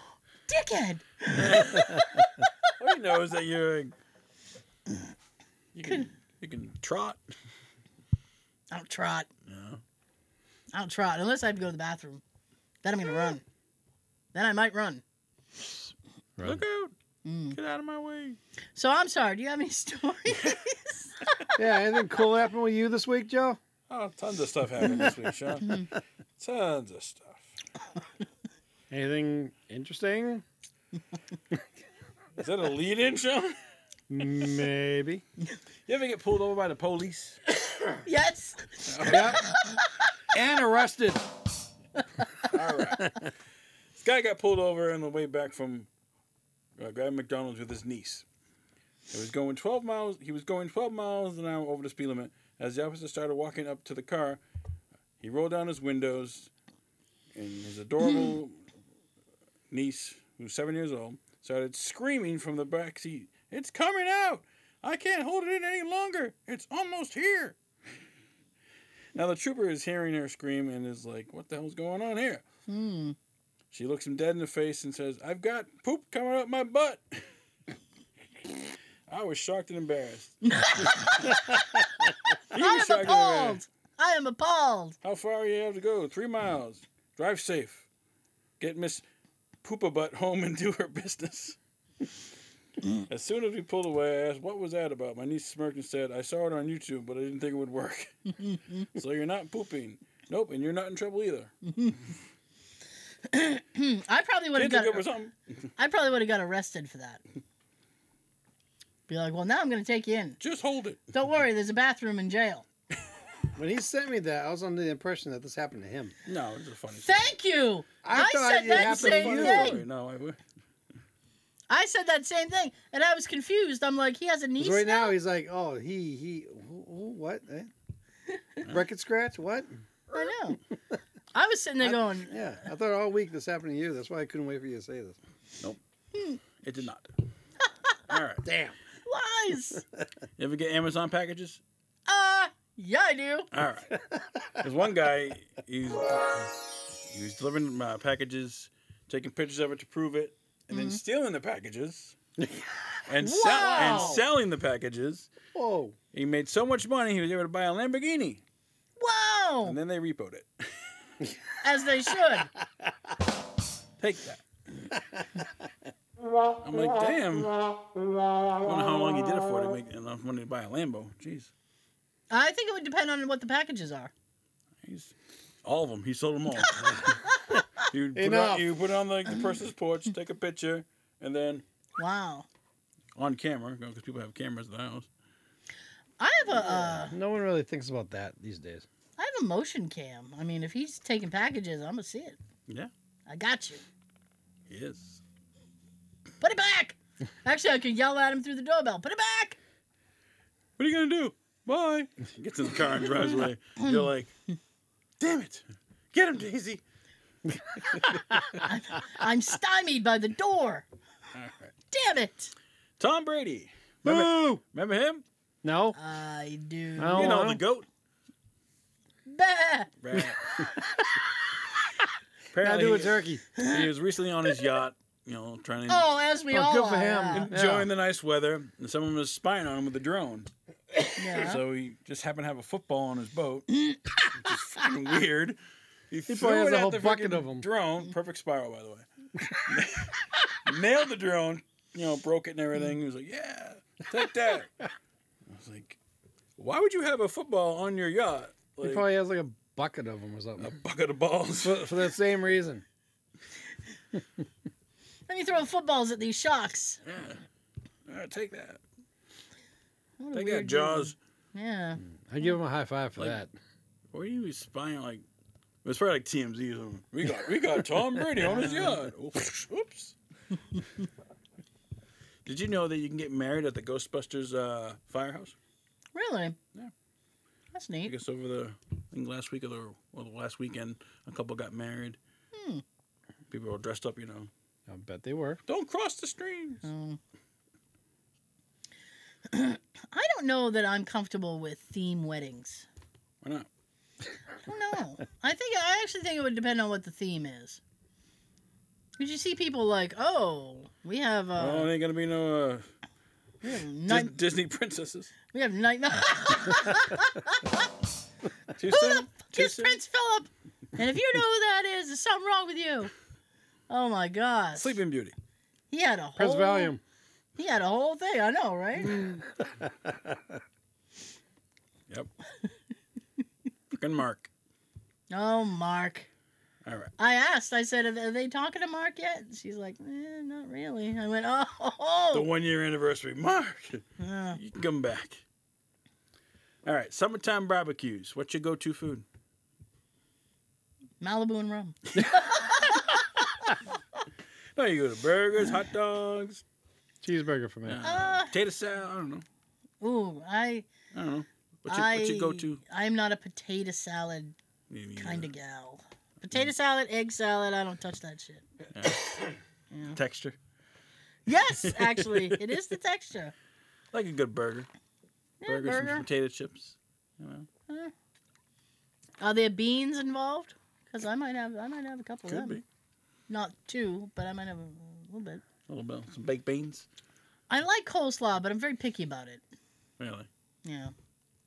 dickhead.
All he knows that you're. like, You can,
(laughs)
you can trot.
I don't trot.
No.
I don't trot unless I have to go to the bathroom. Then I'm going to run. Then I might run.
Look out.
Mm.
Get out of my way.
So I'm sorry. Do you have any (laughs) stories?
Yeah, anything cool happened with you this week, Joe?
Oh, tons of stuff happened this week,
(laughs)
Sean.
Mm.
tons of stuff.
Anything interesting?
Is that a lead in, Sean?
Maybe.
You ever get pulled over by the police?
yes.
yeah. And arrested.
All right. this guy got pulled over on the way back from uh, Grand McDonald's with his niece. He was going 12 miles. He was going 12 miles an hour over the speed limit. As the officer started walking up to the car, he rolled down his windows, and his adorable niece, who's seven years old, started screaming from the back seat. It's coming out! I can't hold it in any longer. It's almost here. Now the trooper is hearing her scream and is like, "What the hell's going on here?"
Hmm.
She looks him dead in the face and says, I've got poop coming up my butt. (laughs) I was shocked and embarrassed. (laughs) He was
I
shocked
am
and
appalled.
embarrassed.
I am appalled.
How far you have to go? Three miles. Drive safe. Get Miss Poopa Butt home and do her business. as soon as we pulled away, I asked, What was that about? My niece smirked and said, I saw it on YouTube, but I didn't think it would work. so you're not pooping. Nope, and you're not in trouble either.
Hmm, I probably would have
Kids are
got
good for something.
I probably would have got arrested for that. Be like, well, now I'm going to take you in.
Just hold it.
Don't worry, there's a bathroom in jail.
When he sent me that, I was under the impression that this happened to him.
No, it's a funny story.
Thank you. I,
I thought
said
it
that
happened
same
to you.
thing.
No, I would.
I said that same thing, and I was confused. I'm like, he has a
'Cause
niece
right
now.
now he's like, oh, he, he, who, who what? (laughs) Eh? Record scratch? What?
I know. I was sitting there
I-
going,
Yeah, I thought all week this happened to you. That's why I couldn't wait for you to say this.
It did not. All right.
Damn.
lies. Uh,
You ever get Amazon packages?
Yeah, I do.
All right. There's one guy. He's he was delivering uh, packages, taking pictures of it to prove it, and then stealing the packages, and sell- and
Wow.
selling the packages.
Whoa.
He made so much money he was able to buy a Lamborghini,
Whoa!
and then they repoed it.
As they should.
Take that. I'm like, damn. I wonder how long he did it for to make enough money to buy a Lambo. Jeez,
I think it would depend on what the packages are.
he's all of them. He sold them all. (laughs) you put it
Enough.
on, you put it on like the person's porch, take a picture, and then
Wow.
on camera because people have cameras in the house.
I have a uh,
No one really thinks about that these days.
I have a motion cam. I mean, if he's taking packages, I'm gonna see it.
Yeah,
I got you.
he is.
Put it back. Actually, I could yell at him through the doorbell. Put it back.
What are you gonna do? Bye. Gets in the car and drives away. You're like, damn it, get him, Daisy.
I'm stymied by the door.
All right.
Damn it.
(laughs) Tom Brady. Remember, remember him?
No?
I do.
I don't
you know
wanna-
the (laughs) goat.
Bah.
Right.
Now
Apparently,
do a
he-
turkey.
he was recently on his yacht, you know, trying to
Oh, as we all
good for
are.
him.
enjoy
Yeah.
the nice weather, and someone was spying on him with a drone.
Yeah.
So he just happened to have a football on his boat, which is fucking weird. He,
probably has a whole bucket
fucking
of 'em.
Drone, perfect spiral, by the way. (laughs) Nailed the drone, you know, broke it and everything. He was like, "Yeah, take
(laughs)
that." I was like, "Why would you have a football on your yacht?"
He
Like,
probably has like a bucket of them or
a
something.
bucket of balls. (laughs)
For, for the same reason.
Let me throw footballs at these sharks.
yeah. Uh, take that.
What a
Take that,
weird
Jaws.
dude. Yeah.
I give him a high five for
Like-
that.
Where are you spying? Like, it was probably like TMZ. or something. We got we got Tom Brady on his yacht. Oops. Oops. Did you know that you can get married at the Ghostbusters uh, firehouse?
Really?
Yeah.
That's
I
neat.
guess over the I think last week or the, or the last weekend, a couple got married.
Hmm.
People were dressed up, you know.
I bet they were.
Don't cross the streams.
Um, (clears throat) I don't know that I'm comfortable with theme weddings.
Why not?
I don't know. I think I actually think it would depend on what the theme is. Because you see people like, oh, we have uh,
oh, there ain't gonna be no uh,
we have
Dis-
night,
Disney princesses.
(laughs) we have night.
Too
Who the
soon?
fuck
Too
is
soon?
Prince Philip? And if you know who that is, there's something wrong with you. Oh my gosh.
Sleeping Beauty.
He had a whole
Prince Valium.
He had a whole thing, I know, right? (laughs)
Yep. Fucking Mark.
oh, Mark.
All right.
I asked, I said, are they talking to Mark yet? She's like, eh, not really. I went, oh, oh. uh,
The one year anniversary. Mark. (laughs)
Yeah.
You can come back. All right, summertime barbecues. What's your go-to food?
Malibu and rum.
No, you go to burgers, hot dogs,
Cheeseburger for me.
uh, potato salad. I don't know.
Ooh, I,
I don't know. What's your,
I,
what's your go-to? uh,
I'm not a potato salad kind of gal. Potato salad, egg salad, I don't touch that shit.
of texture. (laughs)
Yes, actually, it is the texture.
Like a good burger.
Yeah,
burger,
burger.
some potato chips.
Are there beans involved? Because I might have, I might have a couple
Could
of them.
be
Not two, but I might have a little bit.
a little bit. Some baked beans.
I like coleslaw, but I'm very picky about it.
Really?
Yeah,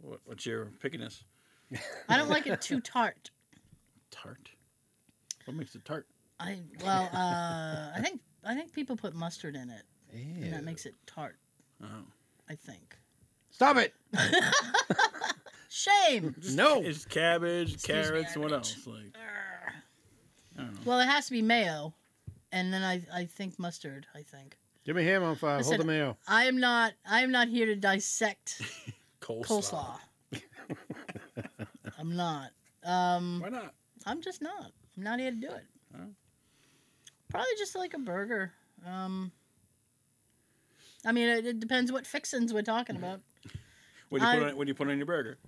What, what's your pickiness?
I don't like
(laughs)
it too tart.
Tart. What makes it tart?
I well, uh, I think I think people put mustard in it, and
Ew.
that makes it tart.
Oh.
I think.
Stop it!
Shame.
(laughs)
No!
It's cabbage,
Oh. me,
carrots, and what
cabbage.
else? Like I don't know.
Well, it has to be mayo, and then I I think mustard. I think
Give me ham on fire. Hold
Listen,
the mayo.
I am not I am not here to dissect
(laughs) Coleslaw.
coleslaw.
(laughs)
I'm not. Um,
Why not?
I'm just not. I'm not here to do it.
Huh?
Probably just like a burger. Um, I mean, it, it depends what fixins we're talking about.
What do you
I-
put on? What do you put on your
(laughs)
burger?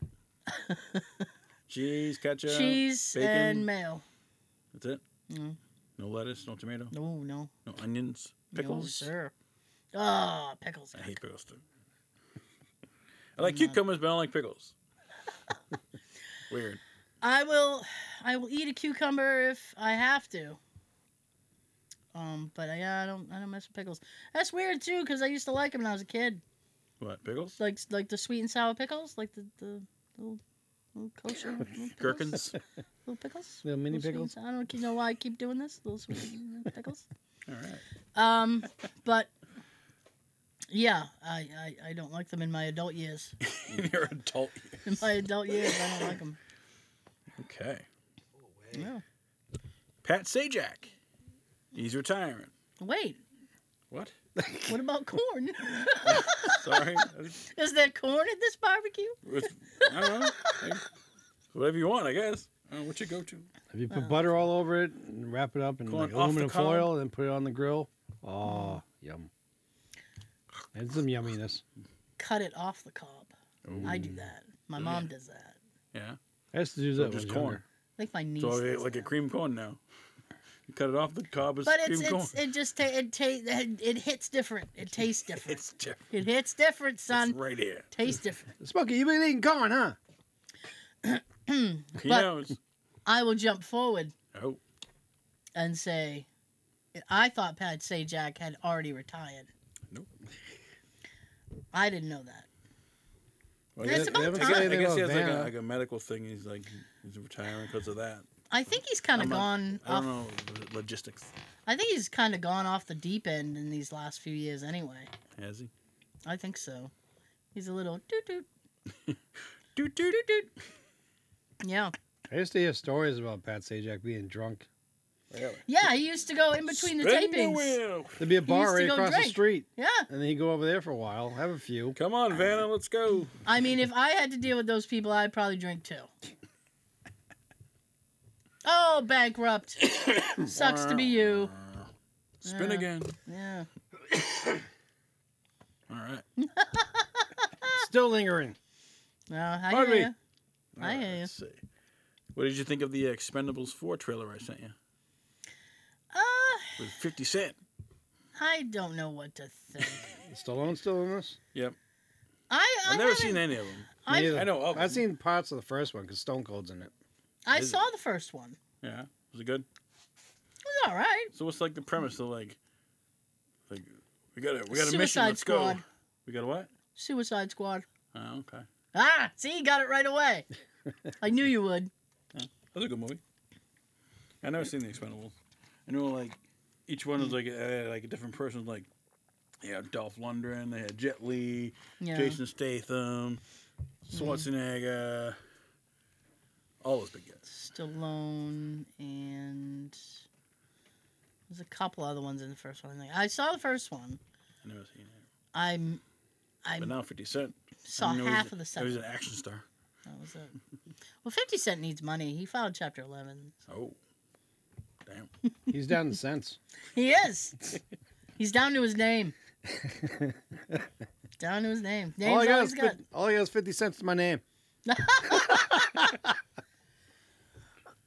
Cheese, ketchup,
Cheese
bacon.
and mayo.
That's it.
Mm.
No lettuce, no tomato,
No, no,
no onions,
no,
pickles.
sir. Ah, pickles. (laughs)
I hate pickles too. I like cucumbers, but I don't like pickles. Weird.
I will I will eat a cucumber if I have to. Um, but I, I don't I don't mess with pickles. That's weird too, because I used to like them when I was a kid,
What pickles?
like like the sweet and sour pickles, like the the little little kosher little pickles, (laughs)
Gherkins.
little pickles,
Little mini
little sweet and
pickles.
sour- I don't know why I keep doing this. Little sweet and sour pickles.
All right. (laughs)
Um, but yeah, I, I I don't like them in my adult years.
In your adult.
In my adult years, I don't like them.
Okay.
Yeah.
Pat Sajak. He's retiring.
Wait,
What?
what about corn? (laughs)
Sorry.
Is there corn at this barbecue?
With- I don't know. Like, whatever you want, I guess. I
Uh,
don't know what you go to.
If
Oh,
you put butter all over it and wrap it up in
Going
like
off the
aluminum
cob.
foil and then put it on the grill, oh, yum. And some yumminess.
Cut it off the cob. I do that. My mom does that.
Yeah.
I used to do
So
that.
just
with
corn.
I think my niece.
So I ate
does
like a
that.
cream corn now. You cut it off the cob is
But it's,
cream corn.
it's it just ta- it, ta- it it hits different. It tastes
(laughs)
different.
It's different.
It hits different,
It's
son.
right here.
Tastes different.
Smokey, you been eating corn, huh?
He
But-
knows.
I will jump forward
Oh,
and say, I thought Pat Sajak had already retired.
Nope.
I didn't know that.
well,
It's
yeah,
about
I
time.
guess, I
They
guess
have
he has like a,
Vanna.
like a medical thing. He's like he's retiring because of that.
I think he's kind of
I'm not-
gone
I
off.
don't know the logistics.
I think he's kind of gone off the deep end in these last few years. Anyway,
Has he?
I think so. He's a little doot doot.
Doot doot doot doot.
Yeah,
I used to hear stories about Pat Sajak being drunk.
yeah. He used to go in between the
Spin
tapings.
wheel.
There'd be a
used
bar
to
right
go
across
drink.
the street,
Yeah,
and then he'd go over there for a while, have a few.
Come on, Vanna, let's go.
I mean, if I had to deal with those people, I'd probably
(laughs)
drink too. Oh,
(coughs)
bankrupt. Sucks to be you.
Spin
Yeah.
again.
Yeah.
All right.
Still lingering.
No, I hear
Pardon me.
ya. I
All right,
hear you.
let's see. What did you think of the Expendables 4 trailer I sent you?
Uh,
With 50 Cent.
I don't know what to think.
Stallone still in this?
I, I
(laughs) I've never
haven't-
seen any of them.
I-
Neither.
I know of them.
I've seen parts of the first one because Stone Cold's in it.
I
Is it?
saw the first one.
Yeah. Was it good?
It was all right.
So what's like the premise of like, like we got a we got a mission.
Suicide
Let's go.
Squad.
We got a what?
Suicide Squad.
Oh, okay.
Ah, see, you got it
(laughs)
right away. I knew you would.
That's a good movie. I never seen the Expendables. I know like each one was like uh, like a different person. Like they had Dolph Lundgren, they had Jet Li,
Yeah. Mm-hmm.
Jason Statham, Schwarzenegger, all those big guys.
Stallone and there's a couple other ones in the first one. I think I saw the first one.
I never seen it.
I'm I
But now Fifty Cent. I
saw
mean, he was-
half of the
He
second.
was an action star.
That was it. Well, Fifty Cent needs money. He filed
(laughs)
Chapter Eleven.
Oh,
(coughs)
damn. (coughs)
He's down
(laughs)
in cents.
He is. He's down to his
(laughs)
name. down to his name. Name's
all, I got
all
is
he's got.
fif- all I got is 50 cents to my name.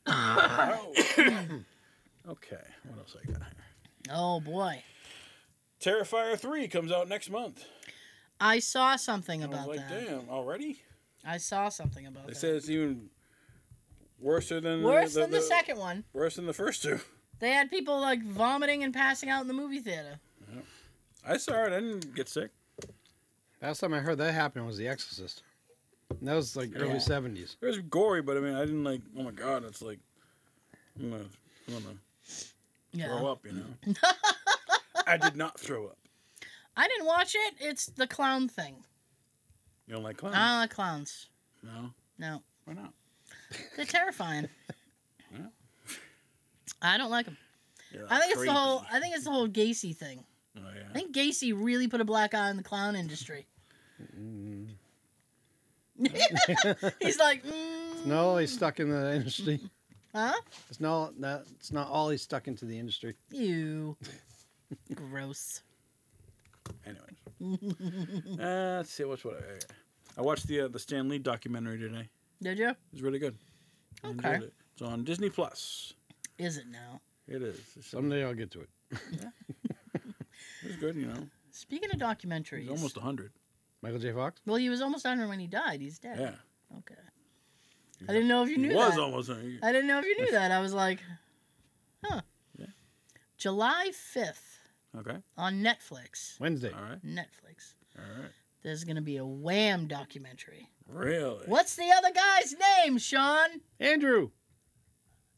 Oh. okay. What else I got? here?
Oh boy,
Terrifier three comes out next month.
I saw something
I was
about
like,
that.
damn, already?
I saw something about
They
that.
said uh, it's even worse than
Worse than the second one.
Worse than the first two.
They had people like vomiting and passing out in the movie theater.
I saw it. I didn't get sick.
Last time I heard that happen was The Exorcist. And that was like
Yeah.
early 70s.
It was gory, but I mean, I didn't like. Oh my god, it's like I'm gonna, I'm gonna
Yeah.
throw up, you
(laughs)
know. I did not throw up.
I didn't watch it. It's the clown thing.
You don't like clowns?
I don't like clowns.
no.
No,
Why not?
they're terrifying.
Yeah.
I don't like them.
You're
I think it's
creepy.
the whole. I think it's the whole Gacy thing.
Oh
I
yeah.
think Gacy really put a black eye on the
(laughs)
clown industry.
Mm.
He's like, mm,
No, he's stuck in the industry.
huh?
It's not, not, it's not all he's stuck into the industry.
You. Gross.
Anyways, uh, let's see. What's what? I, got. I watched the uh, the Stan Lee documentary today.
Did you?
It was really good. I
Okay.
enjoyed it. It's on Disney Plus.
Is it now?
It is. It's, it
Someday I'll get to it.
was good, you know.
Speaking of
He's
documentaries,
almost 100.
Michael J. Fox?
well, he was almost 100 when he died. He's dead.
Yeah.
Okay.
He
I didn't know if you knew
was
that.
almost. on-
I didn't know if you knew that. I was like, huh.
Yeah.
July 5th
Okay.
on Netflix.
Wednesday.
All right.
Netflix.
All right.
There's going to be a Wham documentary.
Really?
What's the other guy's name, Sean?
Andrew.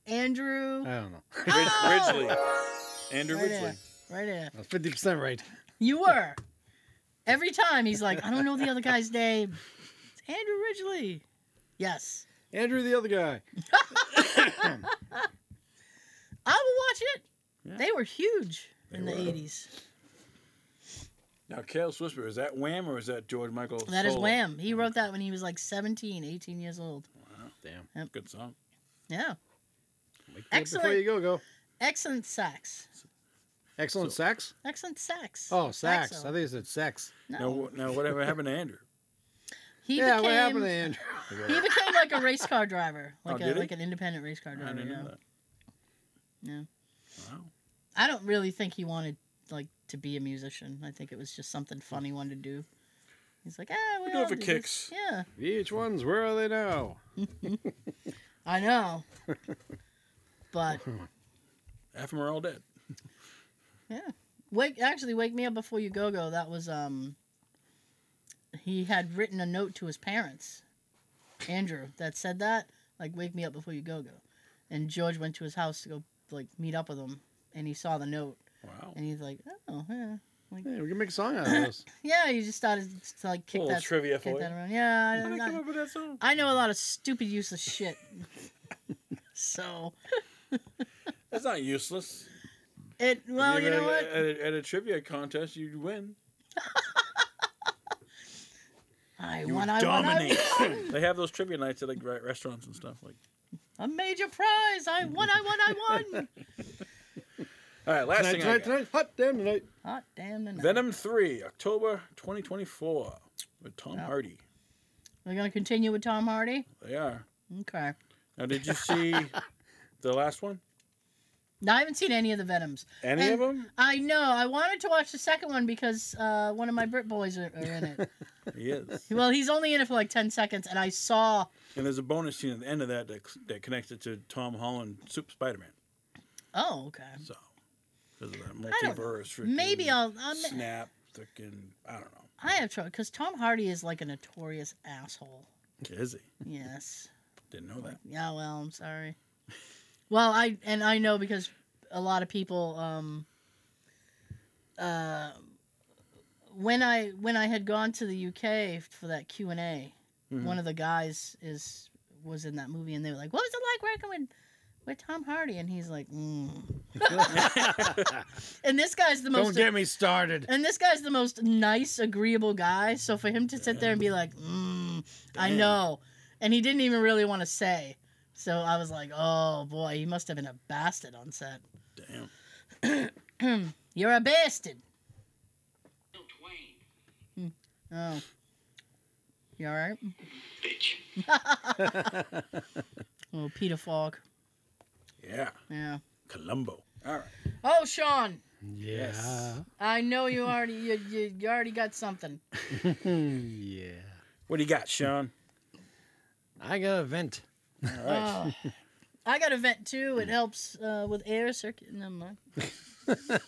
Andrew.
I don't know.
Uh, Rid-
Oh!
Ridgely. Andrew
Right
Ridgely.
there. Right there.
I was 50% right.
You were. Every time he's like, I don't know the other
(laughs)
guy's name. It's Andrew Ridgely. Yes.
Andrew, the other guy.
I will watch it.
Yeah.
They were huge
They
in the
were.
80s.
Now, Kale Swisper, is that Wham or is that George Michael?
That is
solo?
Wham. He wrote that when he was like 17, 18 years old.
Damn.
Good song.
Yeah.
Wake me up Before
Excellent.
you go, go.
Excellent sax.
Excellent
So-
sax?
Excellent sax.
Oh, sax. I
Saxo.
think you said sex.
No.
Now, now, whatever happened to
(laughs)
Andrew?
He
yeah,
became,
what happened to Andrew?
He became like a race car driver,
(laughs) Oh,
like a
did he?
like an independent race car
I
driver.
didn't
yeah.
know that.
Yeah.
Wow.
I don't really think he wanted like to be a musician. I think it was just something fun he wanted
(laughs)
to do. He's like, ah, we
do it
all
for
do
kicks."
This. Yeah,
VH1s, where are they now?
(laughs)
I know. but
Half of them are all dead.
wake actually wake me up before you go go. That was um. He had written a note to his parents, Andrew, that said that like wake me up before you go go, and George went to his house to go like meet up with him, and he saw the note,
Wow.
and he's like, oh yeah.
Hey, we can make a song out of
(laughs)
this.
Yeah, you just started to like
A
kick
little
that,
trivia
kick
for you.
that around. Yeah,
How
I'm
did I
not-
come up with that song?
I know a lot of stupid, useless shit. (laughs) so
That's not useless.
it. Well,
If
you know
at,
what?
At a, at a trivia contest, you win.
I
You
won. I won. I
dominate.
won. (coughs)
they have those trivia nights at like re- restaurants and stuff. Like,
A major prize. I won. I
(laughs)
won. I won.
all right, last
tonight,
thing. I
tonight,
got.
tonight. Hot damn tonight.
Hot damn the night.
Venom three, October 2024, with Tom
Yep.
Hardy.
We're gonna continue with Tom Hardy.
They are.
Okay.
Now, did you see the last one?
No, I haven't seen any of the Venoms.
Any of them?
I know. I wanted to watch the second one because uh, one of my Brit boys are, are
(laughs)
in it.
Yes.
well, he's only in it for like ten seconds, and I saw.
And there's a bonus scene at the end of that that, that connects it to Tom Holland Super Spider Man.
Oh, okay.
So, because of that
don't know.
multiverse. freaking
Maybe I'll. um, i
snap. Freaking, I don't know.
I have trouble because Tom Hardy is like a notorious asshole.
Is he?
Yes.
Didn't know that.
Yeah. Well, I'm sorry. Well, I and I know because a lot of people. Um, uh, when I when I had gone to the UK for that Q and A,
Mhm.
one of the guys is was in that movie, and they were like, "What was it like working with with Tom Hardy?" And he's like,
(laughs)
mm. (laughs) "And this guy's the
Don't
most."
get me started.
And this guy's the most nice, agreeable guy. So for him to sit there and be like, mm, I
Damn.
know. And he didn't even really want to say. So I was like, oh boy, he must have been a bastard on set.
Damn.
You're a bastard. Oh. You alright? (laughs)
bitch.
Oh, Peter Falk.
Yeah.
Yeah.
Columbo. All right.
Oh, Sean,
Yeah.
I know you already you, you, you already got something.
yeah.
What do you got, Sean?
I got a vent.
All right.
Oh. (laughs) I got a vent too. It helps uh, with air circuit. Never (laughs) mind.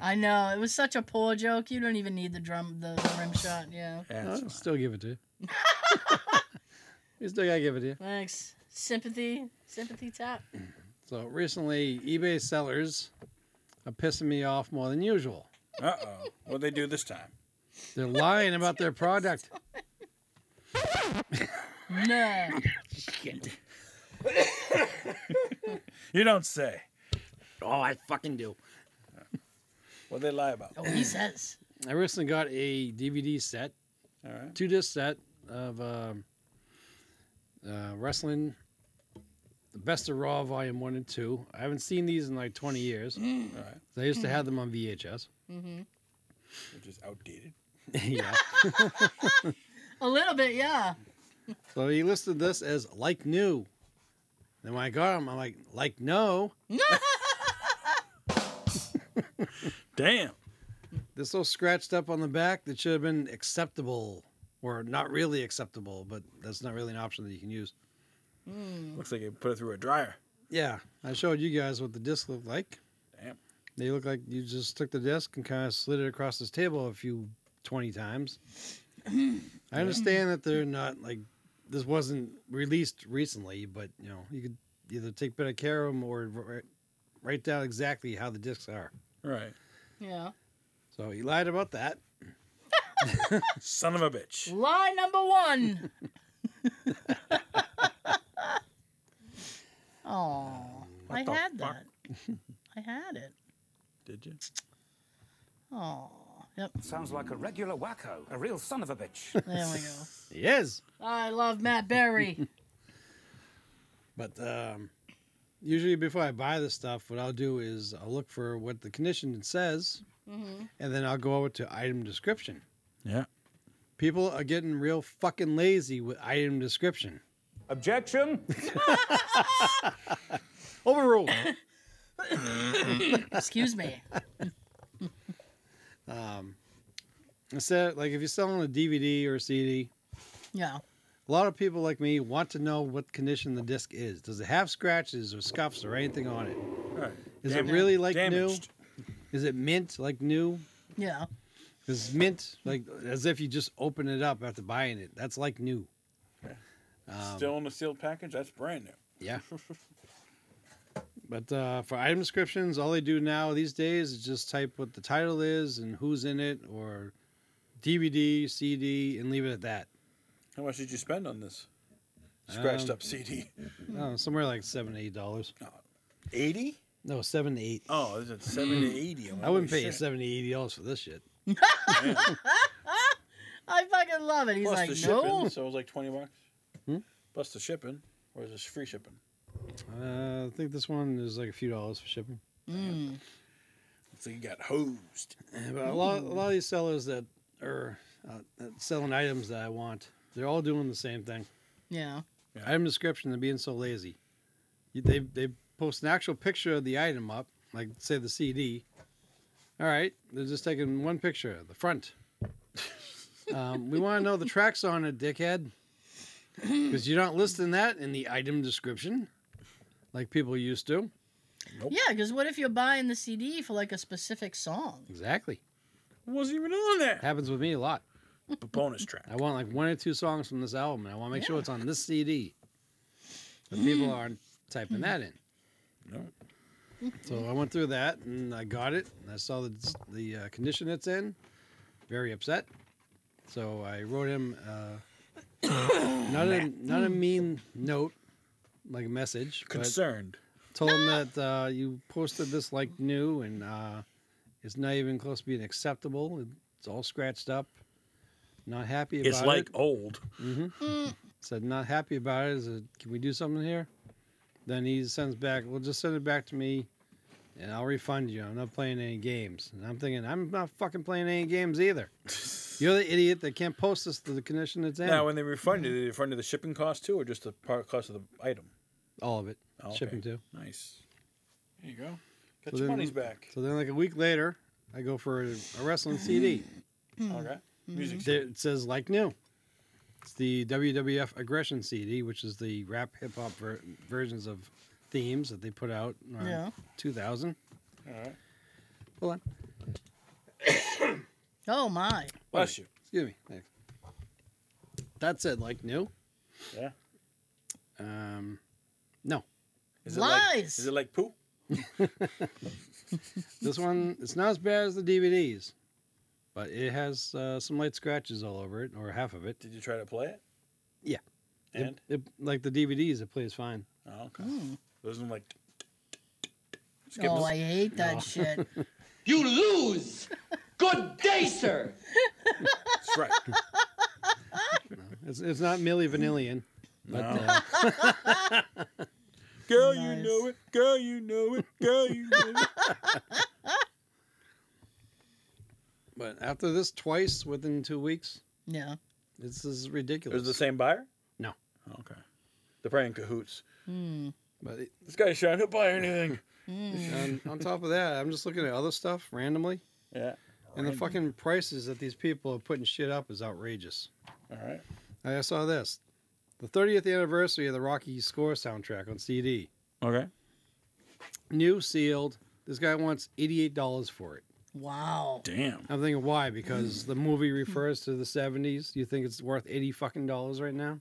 I know it was such a poor joke. You don't even need the drum, the, the rim shot. Yeah,
That's
I'll
fine.
still give it to you. (laughs) we still got to give it to you.
thanks. Sympathy, sympathy tap.
So recently, eBay sellers are pissing me off more than usual.
Uh-oh. What'd they do this time? (laughs)
They're lying about their product.
No,
You don't say.
Oh, I fucking do.
What'd they lie about?
oh, he says.
I recently got a DVD set,
All right.
two disc set of um, uh, wrestling, the best of Raw Volume One and Two. I haven't seen these in like 20 years.
All right.
I used to have them on
(laughs)
VHS.
hmm
Which is outdated.
yeah.
A little bit, yeah.
So he listed this as like new. Then when I got them, I'm like, like no.
Damn.
This little scratched up on the back that should have been acceptable. or not really acceptable, but that's not really an option that you can use.
Mm.
Looks like you put it through a dryer.
Yeah, I showed you guys what the disc looked like.
Damn.
They look like you just took the disc and kind of slid it across this table a few 20 times. I understand that they're not like this wasn't released recently, but you know, you could either take better care of them or wri- write down exactly how the discs are.
Right.
Yeah.
So he lied about that.
Son of a bitch.
Lie number (laughs) one. Oh, I
the
had
fuck?
that. I had it.
Did you?
Oh, yep.
Sounds like a regular wacko, a real son of a bitch.
(laughs) There we go.
He is.
I love
(laughs)
Matt Berry.
But um, usually, before I buy this stuff, what I'll do is I'll look for what the condition says,
Mhm.
and then I'll go over to item description.
Yeah.
People are getting real fucking lazy with item description.
Objection?
Overruled.
Excuse me.
um, (laughs) instead, like if you're selling a DVD or a CD,
Yeah.
a lot of people like me want to know what condition the disc is. Does it have scratches or scuffs or anything on it?
All right.
Is
Damn-
it really like
Damaged.
new? Is it mint like new?
Yeah.
Because mint, like as if you just open it up after buying it, that's like new. Um,
Still in a sealed package? That's brand new.
Yeah. But uh, for item descriptions, all they do now these days is just type what the title is and who's in it, or DVD, CD, and leave it at that.
How much did you spend on this? Scratched
Um,
up CD.
Oh, somewhere like seven, eight dollars.
80?
No, seven to eight.
Oh, this is 70 to 80. I'm like,
Hmm. I wouldn't
holy
pay
shit.
seven to eighty dollars for this shit. (laughs)
I fucking love it. He's
Plus
like,
the shipping,
no.
so it was like 20 bucks.
Hmm?
Plus the shipping. Or is this free shipping?
Uh, I think this one is like a few dollars for shipping.
Mm.
So you got hosed.
Eh, But a lot, a lot of these sellers that are uh, that selling items that I want, they're all doing the same thing.
Yeah.
item description and being so lazy. You- They they post an actual picture of the item up, like say the CD. All right, they're just taking one picture, the front. um, we want to know the tracks on it, dickhead, because you're not listing that in the item description, like people used to.
Yeah, because what if you're buying the CD for like a specific song?
Exactly,
Wasn't even on there.
happens with me a lot.
But bonus track.
I want like one or two songs from this album, and I want to make sure
Yeah.
it's on this CD. But people aren't typing that in.
Mm-hmm. No.
So I went through that, and I got it, and I saw the the uh, condition it's in. Very upset. So I wrote him uh,
(coughs)
not a not a mean note, like a message, but
Concerned.
told him that uh, you posted this like new, and uh, it's not even close to being acceptable. It's all scratched up. Not happy about
It's like
it.
old.
Said not happy about it. Said, can we do something here? Then he sends back, well, just send it back to me, and I'll refund you. I'm not playing any games. And I'm thinking, I'm not fucking playing any games either. You're the idiot that can't post this to the condition it's in.
Now, when they refunded, they refunded the shipping cost too, or just the part cost of the item?
All of it,
Oh, okay.
shipping too.
Nice. There you go. Got
So
your
then-
money's back.
So then, like a week later, I go for a, a wrestling CD.
Okay. Music.
Hmm. There- It says like new. It's the WWF Aggression CD, which is the rap hip hop ver- versions of themes that they put out around
Yeah.
2000.
All right.
Hold on.
Oh my.
Bless you.
Excuse me. Thanks. That said, like new.
Yeah.
Um, no,
Is it like,
Lies.
is it like poop?
this one it's not as bad as the DVDs, but it has uh, some light scratches all over it, or half of it.
Did you try to play it?
Yeah.
And?
It, it- like the DVDs, it plays fine.
Oh, okay.
Hmm.
Mm.
Doesn't like. Skip
Oh,
this.
I hate that
(laughs)
shit.
You lose. Good day, sir.
That's
(laughs)
right.
It's,
(laughs)
it's not Milli Vanillion. But, uh,
Girl, you
Nice.
know it. Girl, you know it. Girl, you know
(laughs)
it.
but after this twice within two weeks,
yeah.
this is
It
ridiculous.
was the same buyer?
No.
Okay. They're probably in cahoots.
Mm.
But it-
This guy's trying to buy anything.
Mm.
on, on top of that, I'm just looking at other stuff randomly,
Yeah.
and the fucking prices that these people are putting shit up is outrageous.
(laughs) All right.
I saw this. The 30th anniversary of the Rocky score soundtrack on CD.
Okay.
New, sealed. This guy wants $88 for it.
Wow.
Damn.
I'm thinking why? Because the movie refers to the 70s. You think it's worth 80 fucking dollars right now?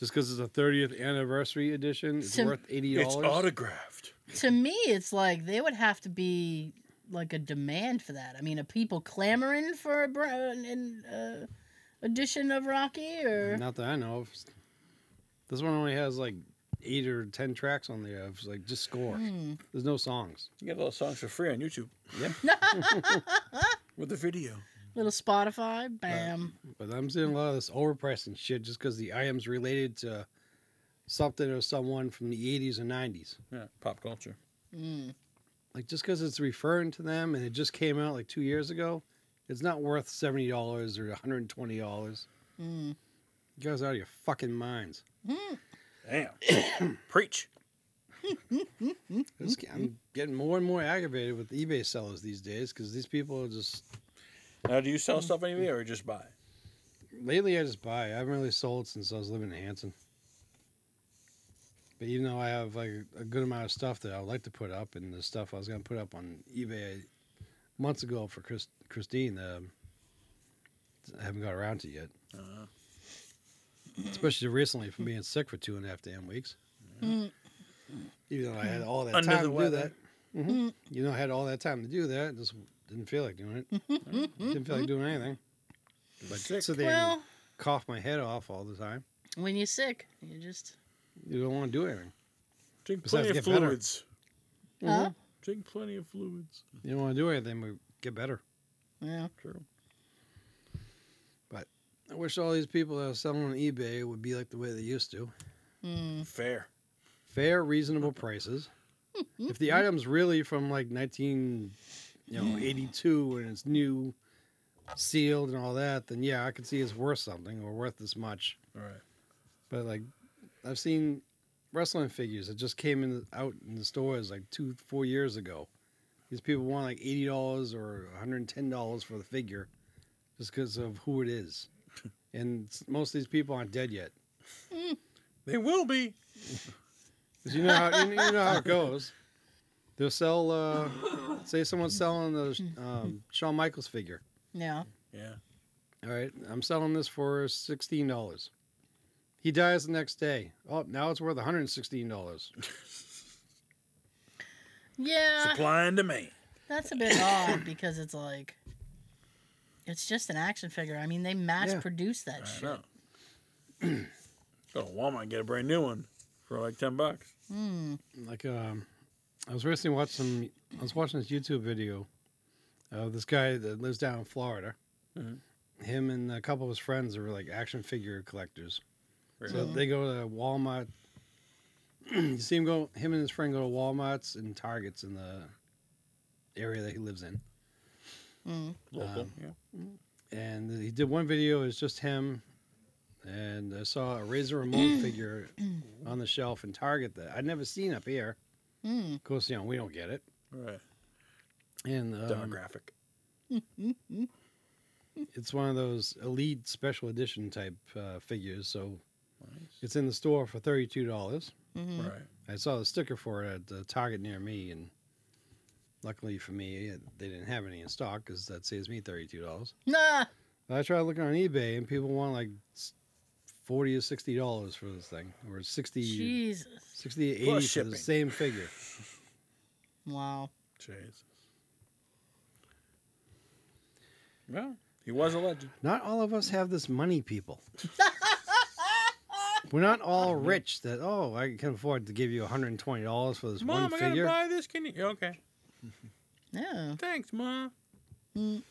Just because it's a 30th anniversary edition, it's
Sim-
worth $80.
It's autographed.
To me, it's like they would have to be like a demand for that. I mean, are people clamoring for a br- an, an uh, edition of Rocky or
Not that I know of. This one only has like eight or ten tracks on there of like just score.
Mm. Hmm.
There's no songs.
You get a lot of songs for free on YouTube. Yeah. (laughs) With the video.
little Spotify? Bam.
But I'm seeing a lot of this overpricing shit just because the item's related to something or someone from the 80s or 90s.
Yeah. Pop culture.
Mm.
Like just because it's referring to them and it just came out like two years ago, it's not worth $70 or $120.
Mm.
You guys are out of your fucking minds.
Damn. (coughs) Preach.
This- I'm getting more and more aggravated with eBay sellers these days because these people are just
Now, do you sell stuff on eBay or just buy?
Lately, I just buy. I haven't really sold since I was living in Hanson. But even though I have like a good amount of stuff that I would like to put up, and the stuff I was going to put up on eBay months ago for Chris, Christine, um, I haven't got around to yet.
Uh-huh.
Especially recently from being sick for two and a half damn weeks. Even though I had all that
Mm-hmm. Under
time
the
to do
weather. Mm-hmm.
that. Mhm. You know, I had all that time to do that. Just didn't feel like doing it. didn't feel like doing anything. But
Sick.
sit there and
Well,
cough my head off all the time.
when you're sick, you just.
You don't want to do anything.
Drink
Besides
plenty of
get better.
fluids.
Huh?
Drink plenty of fluids.
You don't want to do anything. We get better.
Yeah.
True.
I wish all these people that are selling on eBay would be like the way they used to.
Mm.
Fair.
Fair, reasonable prices. if the item's really from like 19, you know, 82 and it's new, sealed and all that, then yeah, I could see it's worth something or worth this much.
All right.
But like, I've seen wrestling figures that just came in out in the stores like two, four years ago. These people want like eighty dollars or one hundred and ten dollars for the figure, just because of who it is, and s- most of these people aren't dead yet.
They will be.
'Cause you know how you know you know how it goes. They'll sell, uh, say someone's selling the um, Shawn Michaels figure.
Yeah.
Yeah.
All right, I'm selling this for sixteen dollars. He dies the next day. Oh, now it's worth one hundred and sixteen dollars.
Yeah.
Supply and (coughs) demand.
That's a bit odd because it's like. It's just an action figure. I mean, they mass
Yeah.
produce that
I
shit.
know. Go to Walmart and get a brand new one for like 10 bucks.
Mm.
like um I was recently watching I was watching this YouTube video of this guy that lives down in Florida.
Mhm.
Him and a couple of his friends are like action figure collectors. So
Really?
they go to Walmart. (clears throat) you see him go him and his friend go to Walmarts and Targets in the area that he lives in.
Mm.
Local.
um,
yeah.
And he did one video, it's just him and I saw a Razor Ramon figure on the shelf in Target that I'd never seen up here.
Mm.
Of course, you know, we don't get it.
All right.
And um,
Demographic.
it's one of those elite special edition type uh, figures. So
Nice.
it's in the store for thirty two dollars.
Mm-hmm.
Right.
I saw the sticker for it at the Target near me, and luckily for me, it- they didn't have any in stock because that saves me thirty two dollars.
Nah.
I tried looking on eBay, and people want like s- forty or sixty dollars for this thing, or 60,
Jesus.
60 to
Plus
eighty for
shipping.
the same figure.
Wow.
Jeez. Well, he was a legend.
Not all of us have this
(laughs)
money, people. We're not all rich. That oh, I can afford to give you one hundred and twenty dollars for this
Mom,
one
I
figure.
gotta buy this. Can you? Okay.
Yeah.
Thanks, Mom.
Mm.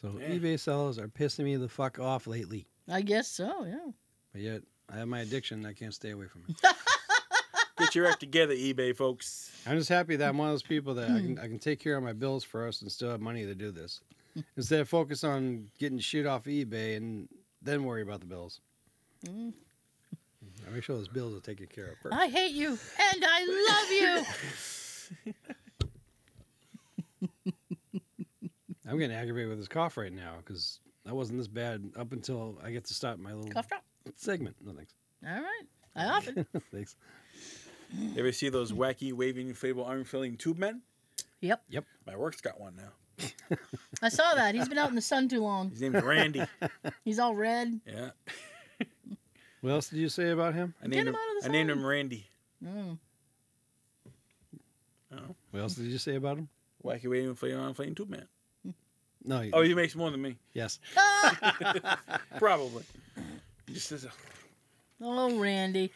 So
Yeah.
eBay sellers are pissing me the fuck off lately.
I guess so. Yeah.
But yet I have my addiction. I can't stay away from
(laughs)
it.
Get your act together, eBay folks.
I'm just happy that I'm one of those people that I
Hmm.
can I can take care of my bills first and still have money to
(laughs)
do this. Instead of focus on getting shit off eBay and then worry about the bills.
Mm.
I make sure those bills are taken care of first.
I hate you and I love (laughs)
I'm getting aggravated with this cough right now because That wasn't this bad up until I get to start my little
Cough drop.
segment. No thanks. (laughs)
All right. I often.
thanks.
Ever see those wacky waving inflatable arm filling tube men?
Yep.
My work's got one now.
I saw that. He's been out in the sun too long.
His name's
(laughs)
Randy.
He's all red.
yeah.
What else did you say about him?
I named
him out of the
I named
sun.
him Randy.
Mm.
What else did you say about him?
Wacky waving inflatable arm filling tube man.
No. he-
Oh, he makes more than me.
yes.
(laughs) Ah!
Probably. Just as a,
oh, Randy.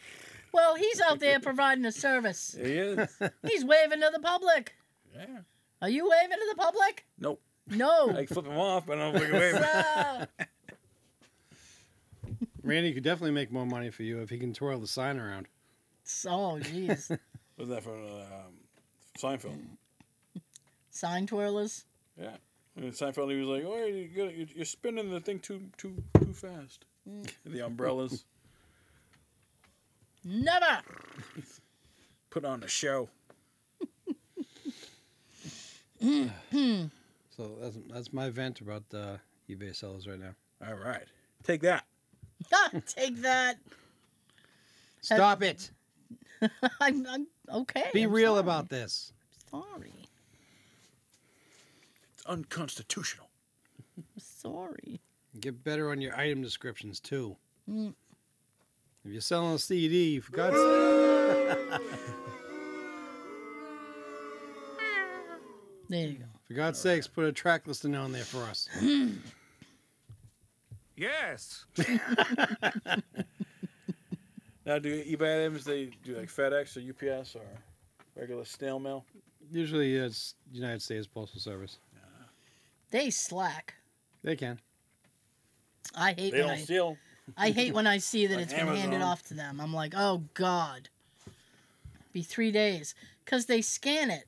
Well, he's out there providing a service.
he is.
He's waving to the public.
(laughs) Yeah.
Are you waving to the public?
Nope.
No.
I flip him off, but I don't fucking wave.
(laughs) So,
Randy could definitely make more money for you if he can twirl the sign around.
so jeez.
Was that from um, Seinfeld?
Sign twirlers.
Yeah. And Seinfeld, he was like, "Oh, you're, good- you're- you're spinning the thing too too too fast." And the umbrellas
Never.
put on a show.
So that's that's my vent about the eBay sellers right
Uh,
now.
All right, take that.
Ah, Take that. (laughs)
Stop it.
I'm, I'm okay.
Be
I'm
real
sorry.
about this.
Sorry.
It's unconstitutional.
I'm sorry.
Get better on your item descriptions too.
Mm.
If you're selling a CD, for God's sake,
There you go.
for God's sakes, put a track listing on there for us.
Yes.
Now, do E eBay items they do like FedEx or UPS or regular snail mail?
Usually, uh, it's United States Postal Service.
They slack.
They can.
I hate
They
when
don't
I,
steal.
I hate when I see that
Like
it's been handed
Amazon.
off to them. I'm like, oh god. Be three days, cause they scan it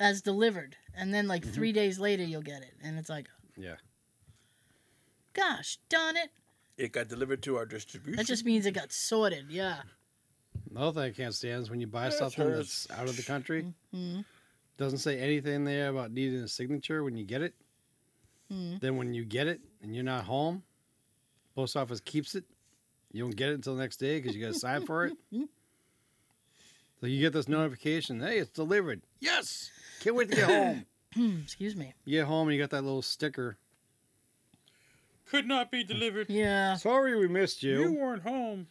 as delivered, and then like three days later you'll get it, and it's like,
Mm-hmm. Yeah.
gosh darn it.
It got delivered to our distribution.
That just means it got sorted. Yeah.
Another thing I can't stand is when you buy
That's
something
hers.
that's out of the country.
hmm
Doesn't say anything there about needing a signature when you get it.
Hmm.
Then when you get it and you're not home, post office keeps it. You don't get it until the next day because you got to sign for it. So you get this notification, hey, it's delivered. Yes, can't wait to get home.
Hmm, Excuse me.
You get home and you got that little sticker.
could not be delivered.
Yeah.
Sorry, we missed
You?
you.
weren't home.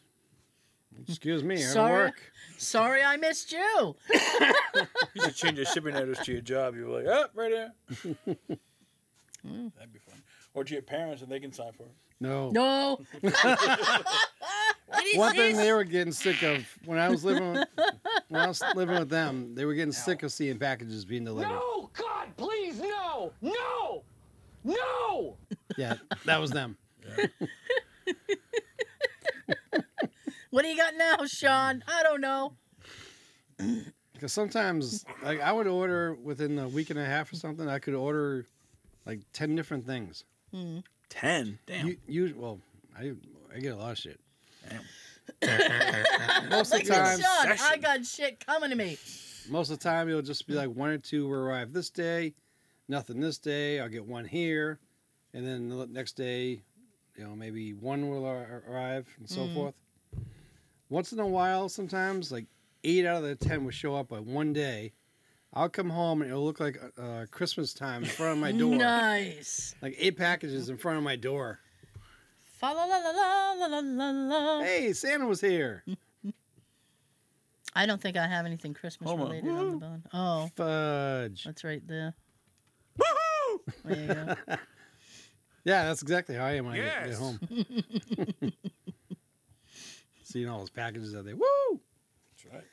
Excuse me, I'm at
Sorry.
work.
Sorry I missed you.
You should change your shipping address to your job. You were like, oh, right (laughs) there. That'd be fun. Or to your parents, and they can sign for it.
No.
No. (laughs) What is
One thing
this?
they were getting sick of when I was living with, when I was living with them, they were getting sick of seeing packages being delivered.
No, God, please, no, no, no.
Yeah, that was them.
What do you got now, Sean? I don't know.
Because sometimes, like, I would order within a week and a half or something. I could order like ten different things.
Ten. Damn.
You, you well, I, I get a lot of shit.
Most like,
of the time-
Sean, I
Session.
got shit coming to me.
Most of the time, it'll just be like one or two will arrive this day, nothing this day. I'll get one here, and then the next day, you know, maybe one will ar- arrive and so forth. Once in a while, sometimes like eight out of the ten will show up by one day. I'll come home and it'll look like uh, Christmas time in front
(laughs)
of my door,
Nice.
like eight packages in front of my door.
Fa la la la la la la la.
Hey, Santa was here.
I don't think I have anything Christmas
Hold on.
related on the bone. Oh,
Fudge.
that's right there. Woohoo! There
(laughs)
you go.
Yeah, that's exactly how I am when I get, get
Yes.
home. (laughs) Seeing all those packages out there. Woo!
That's right.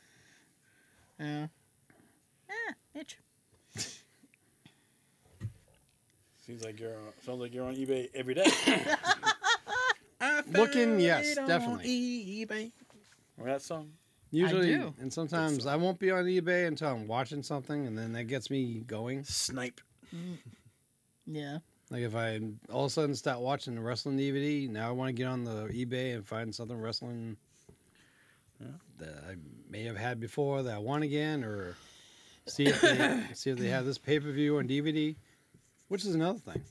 Yeah. Ah, bitch.
Seems like you're on, sounds like you're on eBay every (coughs) day.
Looking, yes, definitely.
eBay. Remember that song?
Usually,
do.
and sometimes I won't be on eBay until I'm watching something, and then that gets me going.
Snipe.
Yeah.
Like if I all of a sudden start watching the wrestling DVD, now I want to get on the eBay and find something wrestling that I may have had before that I want again, or see if they, see if they have this pay per view on DVD, which is another thing.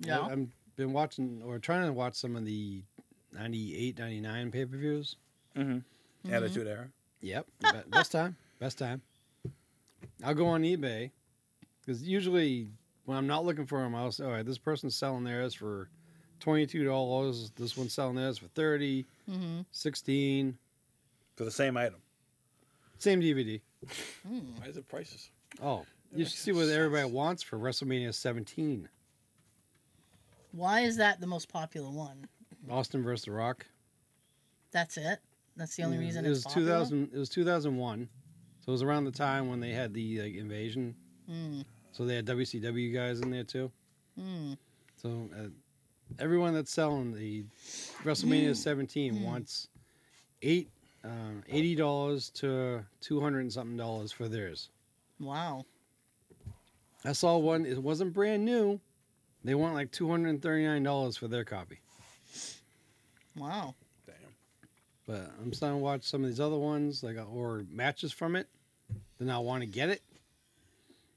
Yeah.
I, I'm been watching or trying to watch some of the 98, 99 pay per views.
Attitude era.
(laughs)
Yep. Be- best time. Best time. I'll go on eBay because usually when I'm not looking for them, I'll say, all right, this person's selling theirs for $22. This one's selling theirs for 30
mm-hmm.
16
For the same item.
Same DVD.
Mm.
Why is it prices?
Oh, you should see what everybody wants for WrestleMania 17
Why is that the most popular one?
Austin versus The Rock.
That's it. That's the only reason
it
it's
was
popular?
2000. It was 2001, so it was around the time when they had the like, invasion.
Mm,
So they had WCW guys in there too.
mm.
So uh, everyone that's selling the WrestleMania 17 wants eight um, eighty dollars to two hundred and something dollars for theirs.
Wow.
I saw one. It wasn't brand new. They want like two hundred and thirty nine dollars for their copy.
Wow.
Damn.
But I'm starting to watch some of these other ones, like uh, or matches from it. Then I want to get it.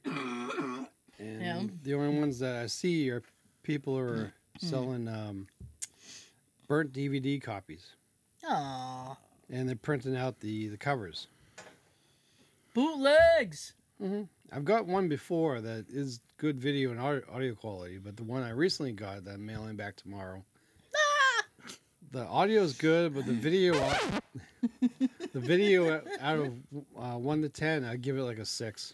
And
Yeah.
the only ones that I see are people who are selling um, burnt DVD copies,
Aw.
and they're printing out the the covers.
Bootlegs.
I've got one before that is good video and audio, audio quality, but the one I recently got that I'm mailing back tomorrow.
Ah!
The audio is good, but the video, out- the video out of uh, one to ten, I give it like a six,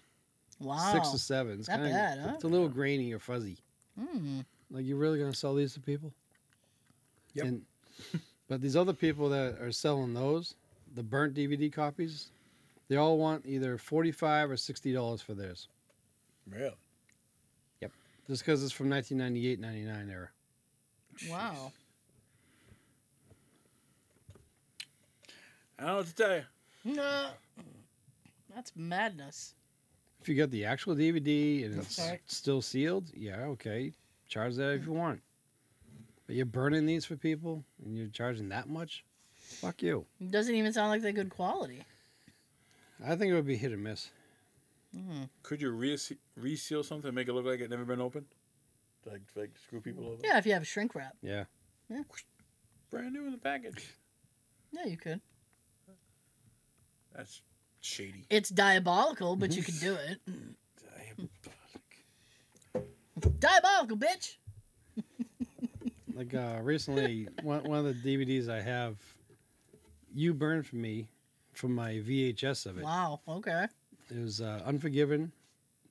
Wow.
six to seven. It's
Oh, Not
kinda,
bad, huh?
It's a little grainy or fuzzy.
Mm.
Like you're really gonna sell these to people?
Yep.
And, but these other people that are selling those, the burnt DVD copies, they all want either forty-five or sixty dollars for theirs.
Really?
Just because it's from 1998, 99 era.
Wow.
I don't know what to tell you.
No. That's madness.
If you get the actual DVD and it's
Sorry.
still sealed, yeah, okay, charge that if you want. But you're burning these for people and you're charging that much? Fuck you.
It doesn't even sound like they're good quality.
I think it would be hit or miss.
Could you rease- reseal something and make it look like it never been opened? Like, like screw people over?
Yeah, if you have a shrink wrap.
Yeah.
Brand new in the package.
Yeah, you could.
That's shady.
It's diabolical, but you could do it.
Diabolic.
diabolical, bitch.
Like uh, recently, one, one of the DVDs I have, you burned for me from my VHS of it.
Wow. Okay.
It was uh, Unforgiven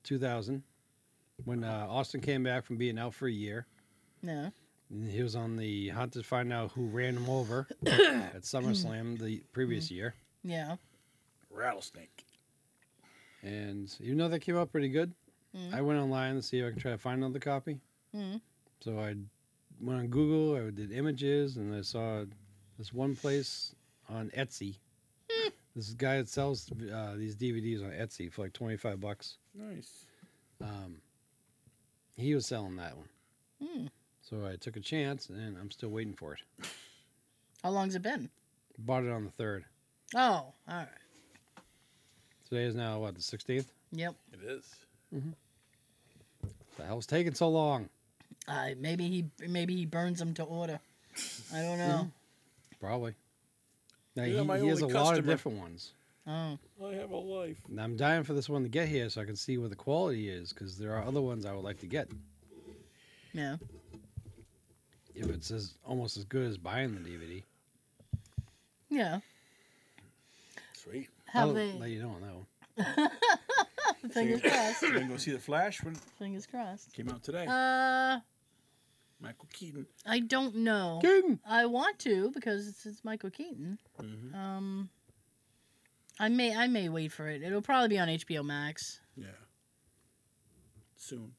2000 when uh, Austin came back from being out for a year.
No.
And He was on the hunt to find out who ran him over at SummerSlam the previous year.
Yeah.
Rattlesnake.
And even though that came out pretty good,
Mhm.
I went online to see if I could try to find another copy.
Mhm.
So I went on Google, I did images, and I saw this one place on Etsy. this guy that sells uh, these DVDs on Etsy for like 25 bucks.
Nice.
Um, he was selling that one.
Hmm.
So I took a chance, and I'm still waiting for it.
How long's it been?
Bought it on the 3rd.
Oh, all right.
Today is now, what, the 16th?
Yep.
It is.
The hell's taking so long?
I maybe he maybe he burns them to order. I don't know.
Probably. Now,
You're my
he, he has a
only
lot of
customer.
different ones.
Oh,
I have a life.
And I'm dying for this one to get here so I can see what the quality is because there are other ones I would like to get.
yeah.
If it's as, almost as good as buying the DVD,
Yeah.
Sweet.
Have
I'll let
they?
you know on that one.
(laughs)
Fingers crossed.
You gonna go see the Flash when it
Fingers crossed.
came out today?
Uh,
Michael Keaton.
I don't know.
Kidding.
I want to because it's, it's Michael Keaton.
Mhm.
Um, I may I may wait for it. It'll probably be on HBO Max.
Yeah. Soon.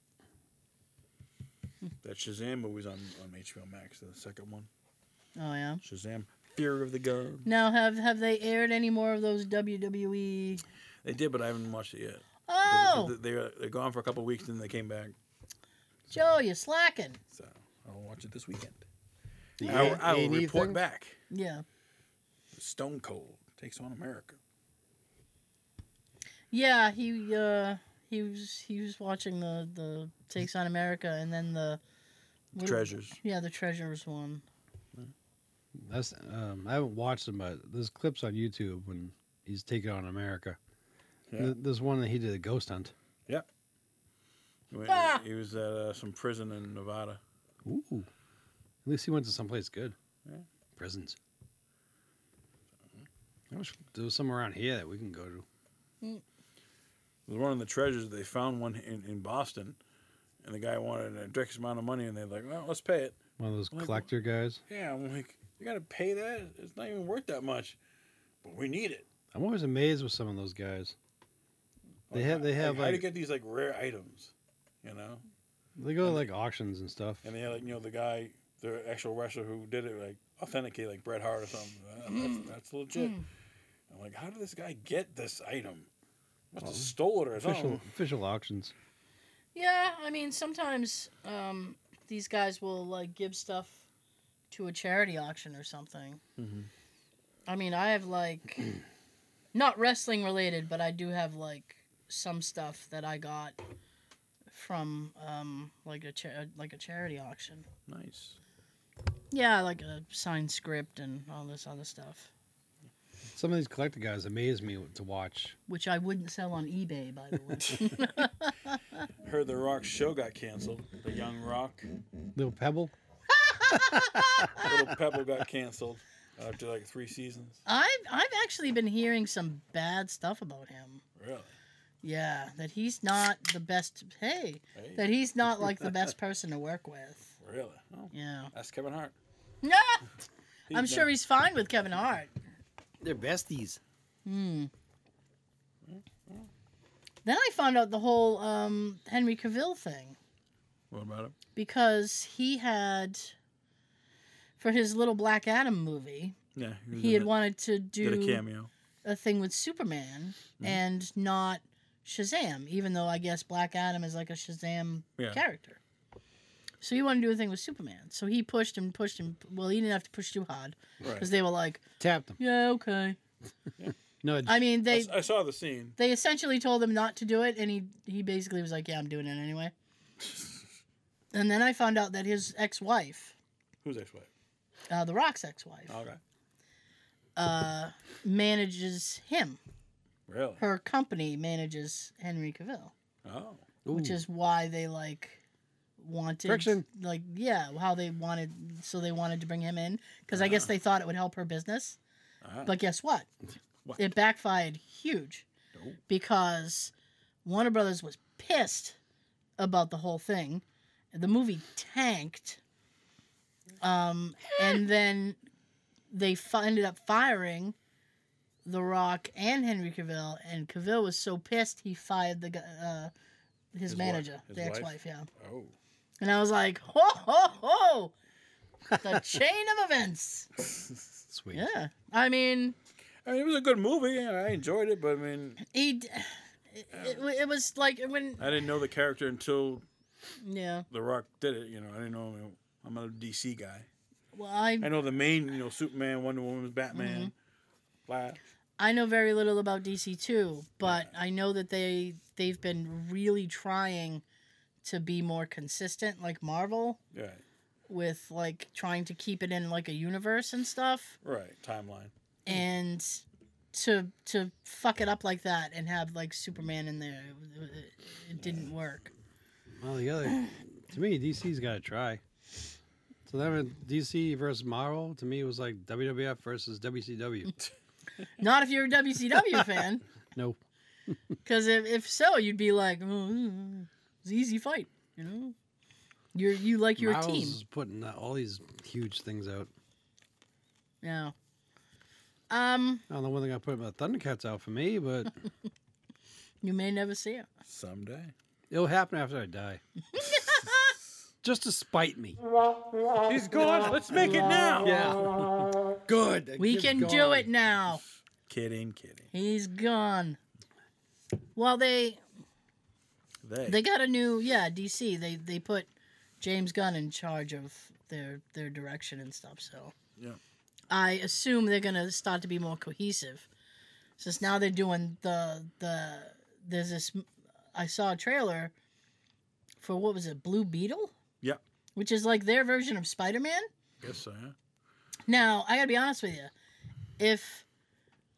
That Shazam movie's on on HBO Max. The second one.
Oh yeah.
Shazam. Fear of the God.
Now have have they aired any more of those WWE?
They did, but I haven't watched it yet.
Oh,
They, are they're gone for a couple weeks, and they came back.
Joe, you're slacking.
So I'll watch it this weekend.
The
I, will- I will
A&E
report
thing?
back.
Yeah.
Stone Cold takes on America.
Yeah, he uh he was he was watching the the Takes on America and then the What-
treasures.
Yeah, the treasures one.
That's um, I haven't watched him, but there's clips on YouTube when he's taking on America.
Yeah.
Th- There's one that he did a ghost hunt.
When
Ah!
He was at uh, some prison in Nevada.
Ooh. At least he went to someplace good.
Yeah.
Prisons. I wish there was some around here that we can go to.
It was one of the treasures. They found one in, in Boston, and the guy wanted an ridiculous amount of money, and they're like, well, let's pay it.
One of those
Like, wh-
collector guys.
Yeah, I'm like, you got to pay that? It's not even worth that much, but we need it.
I'm always amazed with some of those guys. They
Like,
have- they
how- like,
have,
how to
like-
get these like rare items, you know?
They go to like auctions and stuff.
And they had like you know the guy, the actual wrestler who did it, like authenticate like Bret Hart or something. Uh,
Mm.
That's, that's legit. I'm like, how did this guy get this item? Must have stole it or
Official
something.
official auctions.
Yeah, I mean sometimes um, these guys will like give stuff to a charity auction or something. I mean, I have like (clears throat) not wrestling related, but I do have like some stuff that I got from um, like a cha- like a charity auction.
Nice.
Yeah, like a signed script and all this other stuff,
Some of these collector guys amaze me to watch.
which I wouldn't sell on eBay, by the way. (laughs)
Heard the Rock show got canceled. The Young Rock,
Little Pebble.
Little Pebble got canceled after like three seasons.
I've I've actually been hearing some bad stuff about him.
Really?
Yeah, that he's not the best. Hey,
Hey.
that he's not like
(laughs)
the best person to work with.
Really? Oh,
Yeah.
that's Kevin Hart.
No,
He's
I'm sure
done.
he's fine with Kevin Hart.
They're besties.
Hmm. Then I found out the whole um, Henry Cavill thing
What about him?
because he had, for his little Black Adam movie,
Yeah, was
he
in
had
it.
wanted to do
did a cameo.
a thing with Superman
Mm-hmm.
and not Shazam, even though I guess Black Adam is like a Shazam
Yeah.
character. So he wanted to do a thing with Superman. So he pushed and pushed and well, he didn't have to push too hard
Right.
because they were like,
Tapped them.
"Yeah, okay."
No, it-
I mean,
I
they
s- I saw the scene.
they essentially told him not to do it, and he he basically was like, "Yeah, I'm doing it anyway." and then I found out that his ex-wife,
Who's ex-wife?
uh, The Rock's ex-wife,
Okay.
uh, manages him.
Really?
Her company manages Henry Cavill.
Oh.
which is why they like wanted
Friction.
like yeah how they wanted so they wanted to bring him in because i guess they thought it would help her business
Ah.
but guess what?
What?
it backfired huge
Oh.
because warner brothers was pissed about the whole thing the movie tanked um, and then they fi- ended up firing the Rock and Henry Cavill, and Cavill was so pissed he fired the gu- uh, his,
His wi-
manager,
his
the
wife?
ex-wife, yeah.
Oh.
And I was like, ho ho ho,
(laughs)
the chain of events.
sweet.
Yeah, I mean,
I mean, it was a good movie, and I enjoyed it. But I mean,
he, d- it, it, it was like when
I didn't know the character until
yeah.
The Rock did it. You know, I didn't know. him. I'm a DC guy.
Well, I
I know the main, you know, Superman, Wonder Woman,
Mm-hmm.
Batman, Flash.
I know very little about DC too, but I know that they they've been really trying to be more consistent, like Marvel.
Yeah,
with like trying to keep it in like a universe and stuff
right. Timeline.
and to to fuck it up like that and have like superman in there it, it- it didn't work
Well, the other, to me, DC's got to try. So that meant DC versus Marvel. To me, it was like WWF
(laughs)
versus WCW.
not if you're a wcw fan
No.
because if, if so you'd be like oh, it's an easy fight you know you're you like your
Marvel's
team
is putting out all these huge things out.
yeah um
I don't know when they're gonna put the Thundercats out for me, but
(laughs) you may never see it
Someday.
it'll happen after
(laughs)
I die. Just to spite me.
He's gone. Let's make it now.
Yeah.
(laughs)
Good.
we
Give
can do
God.
it now
Kidding, kidding.
he's gone well they
They.
They got a new yeah DC. They they put James Gunn in charge of their their direction and stuff. So
Yeah.
I assume they're gonna start to be more cohesive. Since now they're doing the the there's this I saw a trailer for what was it Blue Beetle?
Yep.
which is like their version of Spider Man.
Yes, sir.
Now, I gotta be honest with you. If,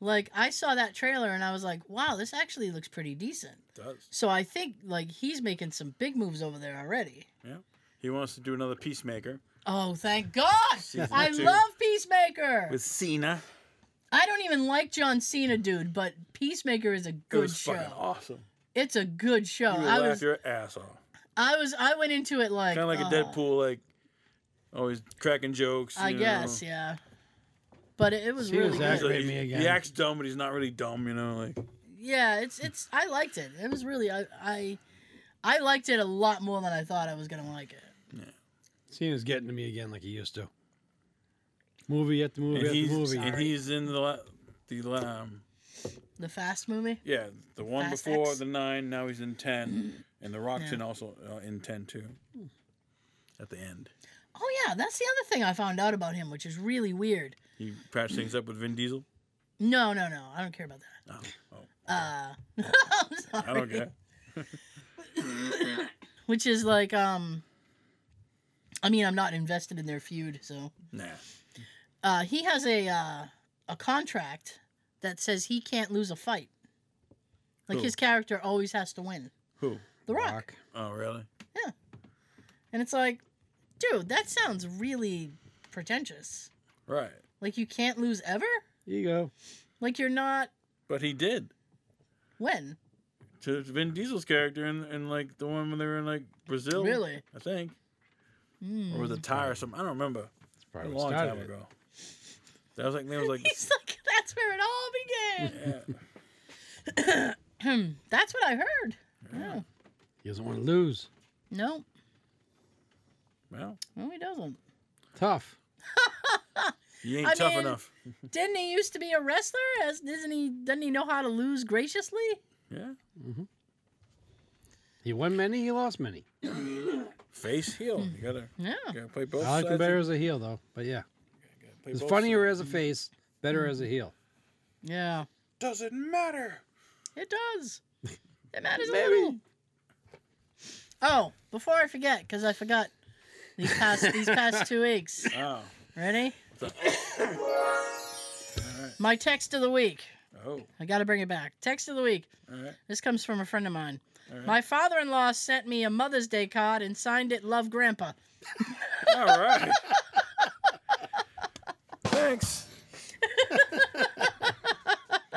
like, I saw that trailer and I was like, wow, this actually looks pretty decent.
Does.
So I think, like, he's making some big moves over there already.
Yeah. He wants to do another Peacemaker
Oh, thank God!
Season
I
two.
love Peacemaker!
with Cena.
I don't even like John Cena, dude, but Peacemaker is a
it
good
was fucking
show.
awesome.
It's a good show.
You would
I
laugh
was,
your ass off.
I was, I went into it like,
Kind of like
oh,
a Deadpool, like always cracking jokes.
I
you
guess,
know.
yeah. But it, it was
He
really
was
He's
good.
acting-
like-
Activate me
he- He
again.
acts dumb, but he's not really dumb, you know. Like
Yeah, it's it's. I liked it. It was really I I, I liked it a lot more than I thought I was gonna like it.
Cena's getting to me again like he used to. Movie at the movie
and
at the
he's,
movie.
and he's in the la- the la- um,
The Fast movie.
yeah the one
Fast
before
X.
the nine. Now he's in
(clears throat)
ten, and the Rock's
Yeah.
in also uh, in ten too. At the end,
Oh yeah, that's the other thing I found out about him, which is really weird.
he patched things up with Vin Diesel.
No, no, no. I don't care about that.
Oh, oh
Uh, (laughs) I'm sorry.
I don't care.
Which is like um. I mean, I'm not invested in their feud, so
Nah,
uh, he has a uh, a contract that says he can't lose a fight. Like
Who?
his character always has to win.
who?
The Rock.
Rock.
Oh, really?
And it's like, dude, that sounds really pretentious.
Right.
Like you can't lose ever?
Here you go.
Like you're not
But he did
when?
to Vin Diesel's character in, in like the one when they were in like Brazil.
Really?
I think. Or
Mm-hmm.
was it Thai or something? I don't remember.
That's
A
probably what
long
started
time
it.
ago. That was like they was like
Hmm. (laughs) He's like, that's where it all
(laughs)
began. Hmm,
yeah.
That's what I heard.
He doesn't want to lose.
No,
Well,
no, he doesn't.
Tough.
you ain't
I
tough
mean-
enough.
Didn't he used to be a wrestler? As doesn't he doesn't he know how to lose graciously?
Yeah.
He won many, he lost many.
Face heel.
Hmm.
You gotta,
Yeah.
gotta play both
I like
sides.
him better as a heel though. But yeah.
play
He's
both
funnier as a face, better as a heel.
Yeah.
sides. Doesn't matter.
It does. It matters a little. Oh, before I forget, because I forgot these past these past two weeks.
Oh.
Ready? (coughs) My text of the week.
Oh.
I got to bring it back. Text of the week.
All right. (laughs)
This comes from a friend of mine.
All right.
My father in law sent me a Mother's Day card and signed it Love Grandpa.
All right.
(laughs)
Thanks.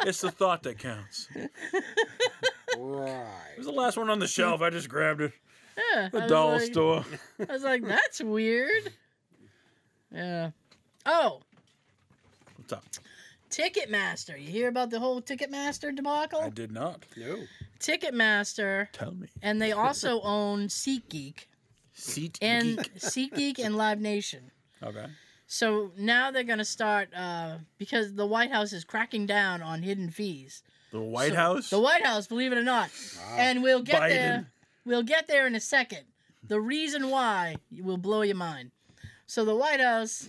it's the thought that counts. It
Right.
was the last one on the shelf. I just grabbed it.
Yeah, I
The
was
doll
like- (laughs)
store.
I was like, that's weird. Yeah. Oh,
What's up?
Ticketmaster. You hear about the whole Ticketmaster
I
debacle?
did not.
No.
Ticketmaster,
Tell me.
and they also own SeatGeek
Seat
and SeatGeek and Live Nation.
Okay.
So now they're going to start uh, because the White House is cracking down on hidden fees.
The White
So-
House.
The White House, believe it or not. And we'll get
Biden.
there. We'll get there in a second. The reason why will blow your mind. So the White House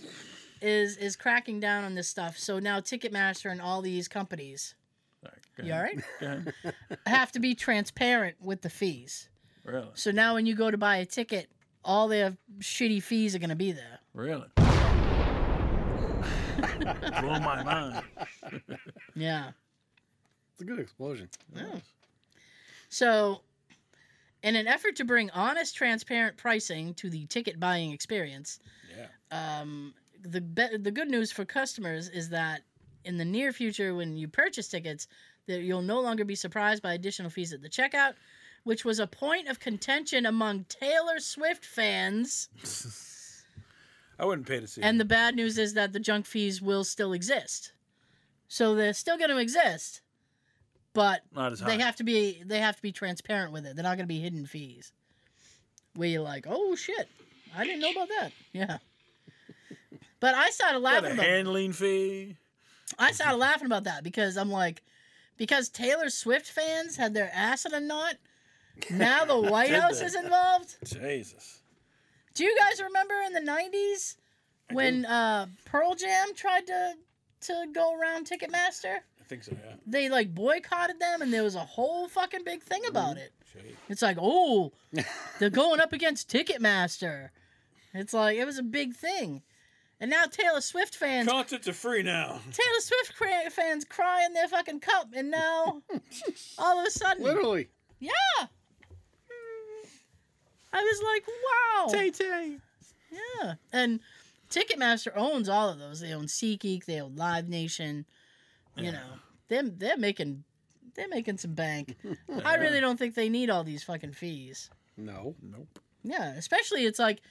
is is cracking down on this stuff. So now Ticketmaster and all these companies,
Sorry, go
you all
ahead. (laughs) Go
right,
ahead.
have to be transparent with the fees.
Really?
So now when you go to buy a ticket, all their shitty fees are going to be there. (laughs)
Really? Blow my mind.
Yeah.
It's a good explosion.
So, in an effort to bring honest, transparent pricing to the ticket buying experience,
Yeah.
um, the be- the good news for customers is that in the near future, when you purchase tickets, that you'll no longer be surprised by additional fees at the checkout, which was a point of contention among Taylor Swift fans.
I wouldn't pay to see.
And
it.
the bad news is that the junk fees will still exist, so they're still going to exist, but
not as high.
they have to be they have to be transparent with it. They're not going to be hidden fees. Where you're like, oh shit, I didn't know about that. Yeah. But I started
Got
laughing
a
about
handling fee.
I started laughing about that because I'm like, because Taylor Swift fans had their ass in a knot.
(laughs)
Now the White
Did
House
they?
is involved.
Jesus.
Do you guys remember in the '90s when uh, Pearl Jam tried to to go around Ticketmaster?
I think so. Yeah.
They like boycotted them, and there was a whole fucking big thing
Mm-hmm.
about it.
Jeez.
It's like, oh, they're going up against Ticketmaster. It's like it was a big thing, and now Taylor Swift fans,
Concerts are free now.
Taylor Swift cra- fans, crying their fucking cup,
(laughs)
and now all of a sudden,
Literally.
yeah. I was like, wow.
Tay.
Yeah. And Ticketmaster owns all of those. They own SeatGeek, they own Live Nation. You know, them they're making they're making some bank. I really don't think they need all these fucking fees.
No.
Nope.
Yeah, especially it's like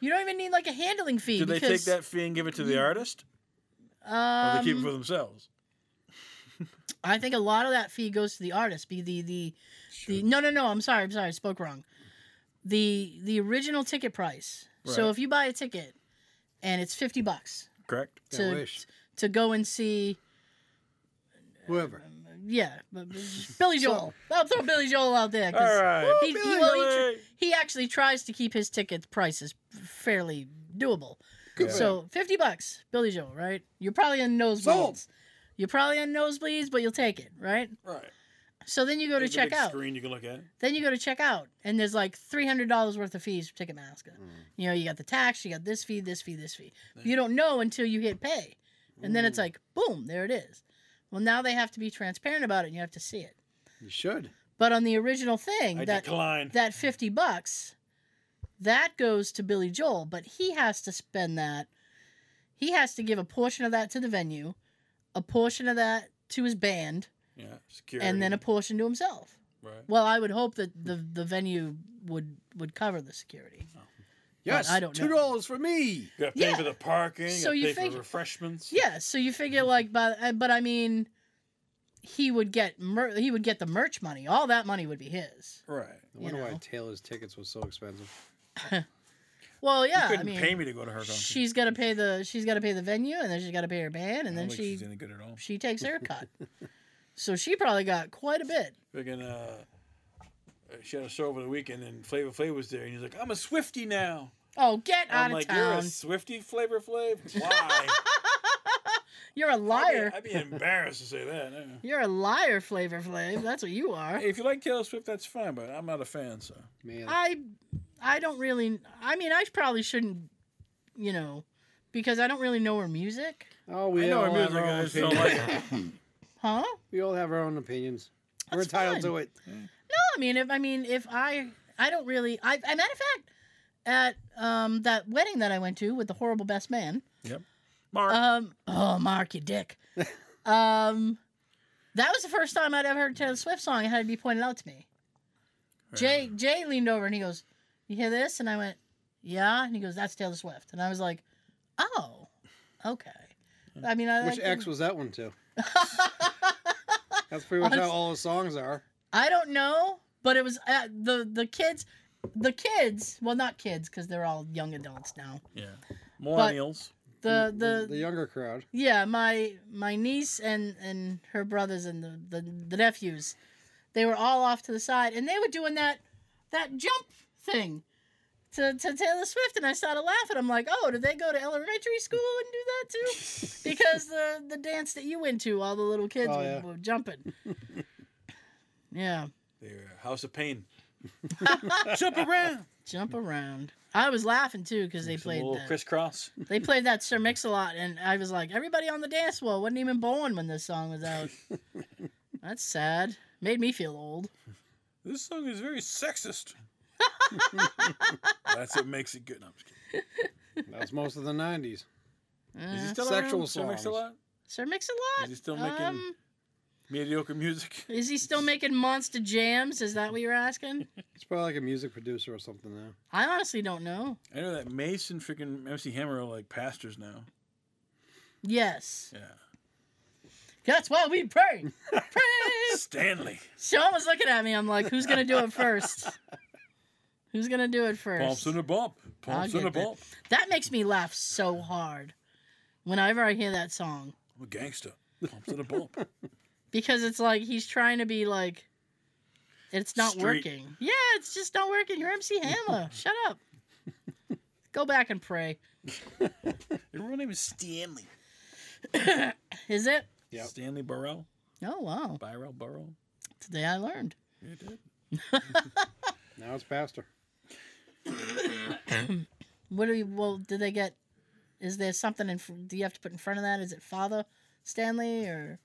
you don't even need like a handling fee
Do they take
because
that fee and give it to the artist? Or they keep it for themselves?
Um, I think a lot of that fee goes to the artist. Be the the, the no no no. I'm sorry. I'm sorry. I spoke wrong. The the original ticket price. So
Right.
if you buy a ticket, and it's fifty bucks
Correct.
Yeah,
to
wish.
to go and see um,
Whoever.
Yeah, but- but
(laughs)
Billy Joel. I'll throw Billy Joel out there. 'cause
All right.
He, he, well, he, tr- he actually tries to keep his ticket prices fairly doable. So fifty bucks, Billy Joel, right? You're probably in nosebleeds.
Sold.
You're probably in nosebleeds, but you'll take it, right?
Right.
So then you go to
There's a
check
big
out.
Screen you can look at.
Then you go to check out, and there's like three hundred dollars worth of fees for Ticketmaster.
Mm.
You know, you got the tax, you got this fee, this fee, this fee. You don't know until you hit pay, and then
Mm.
it's like, boom, there it is. Well, now they have to be transparent about it, and you have to see it.
You should.
But on the original thing,
I
that
decline.
that fifty bucks, that goes to Billy Joel, but he has to spend that. He has to give a portion of that to the venue, a portion of that to his band,
yeah. Security.
and then a portion to himself.
Right.
Well, I would hope that the the venue would would cover the security.
Oh.
Yes.
I don't know.
Two dollars for me.
You got to pay
Yeah.
for the parking.
So
you got
you
to pay for
figure-
refreshments.
Yeah, so you figure like, but uh, but I mean, he would get mer- he would get the merch money. All that money would be his.
Right.
I wonder
know.
why Taylor's tickets was so expensive.
Well,
you
yeah, I
couldn't
mean,
pay me to go to her concert.
she's got to pay the she's got to pay the venue, and then she's got to pay her band, and
I don't
then
think
she
she's any good at all.
she takes her
(laughs)
cut. so she probably got quite a bit.
Freaking, uh, she had a show over the weekend and Flavor Flav was there and he's like, I'm a Swifty now.
Oh, get out
I'm
of
like, you're a
town!
Swifty Flavor Flav?
(laughs)
Why?
You're a liar.
I'd be, I'd be embarrassed to say that.
(laughs)
yeah.
You're a liar, Flavor Flav. That's what you are.
Hey, if you like Taylor Swift, that's fine, but I'm not a fan, so.
Man.
I I don't really. I mean, I probably shouldn't. You know, because I don't really know her music,
oh, we
I know
all
our
have
music,
our
I
own
just don't
opinions.
like it.
huh?
We all have our own opinions. We're
That's
entitled
fine.
to it.
I mean, if I mean, if I, I don't really. I, a matter of fact, at um that wedding that I went to with the horrible best man.
Yep. Mark.
Um. Oh, Mark, you dick. um, that was the first time I'd ever heard a Taylor Swift song. It had to be pointed out to me. Jay Jay leaned over and he goes, "You hear this?" And I went, "Yeah." And he goes, "That's Taylor Swift." And I was like, "Oh, okay." I mean, I
Which
I,
X was that
(laughs)
one to? That's pretty much how all the songs are.
I don't know, but it was uh, the the kids, the kids. Well, not kids because they're all young adults now.
yeah. Millennials.
The
The,
the
younger crowd.
Yeah, my my niece and and her brothers and the, the the nephews, they were all off to the side, and they were doing that that jump thing to, to Taylor Swift, and I started laughing. I'm like, oh, did they go to elementary school and do that
(laughs)
too? because the the dance that you went to, all the little kids
Oh,
were,
yeah.
were
(laughs)
jumping. yeah,
They're House of Pain. Jump around.
jump around. I was laughing too because they
Some
played
little
that.
crisscross.
they played that Sir Mix a lot, and I was like, everybody on the dance floor wasn't even born when this song
(laughs)
was out. That's sad. Made me feel old.
This song is very
(laughs)
sexist. That's what makes it good. No, I'm just kidding.
That was most of the '90s.
Is he
Uh,
still
Sexual
around? Still makes a
songs.
lot?
Sir Mix a lot.
Is he still making
Um,
mediocre music? (laughs)
is he still making monster jams? Is that what you're
(laughs)
asking?
It's probably like a music producer or something now.
I honestly don't know.
I know that Mason freaking MC Hammer are like pastors now.
Yes,
Yeah.
that's why we pray.
(laughs)
Eh.
Pray.
Stanley.
Sean was looking at me. I'm like, who's gonna do it first? Who's gonna do it first?
Pumps in a bump. Pumps
I'll
in a
get that.
bump.
That makes me laugh so hard whenever I hear that song.
I'm a gangster. Pumps in a
(laughs)
bump.
because it's like he's trying to be like it's not
Street.
working yeah it's just not working you're mc hammer shut up go back and pray
His real name is Stanley.
is it
Yep.
Stanley Burrell.
oh wow
Burrell Burrell.
today i learned
You did.
Now it's Pastor.
What do you? Well, do they get? Is there something in? fr- Do you have to put in front of that? Is it Father Stanley or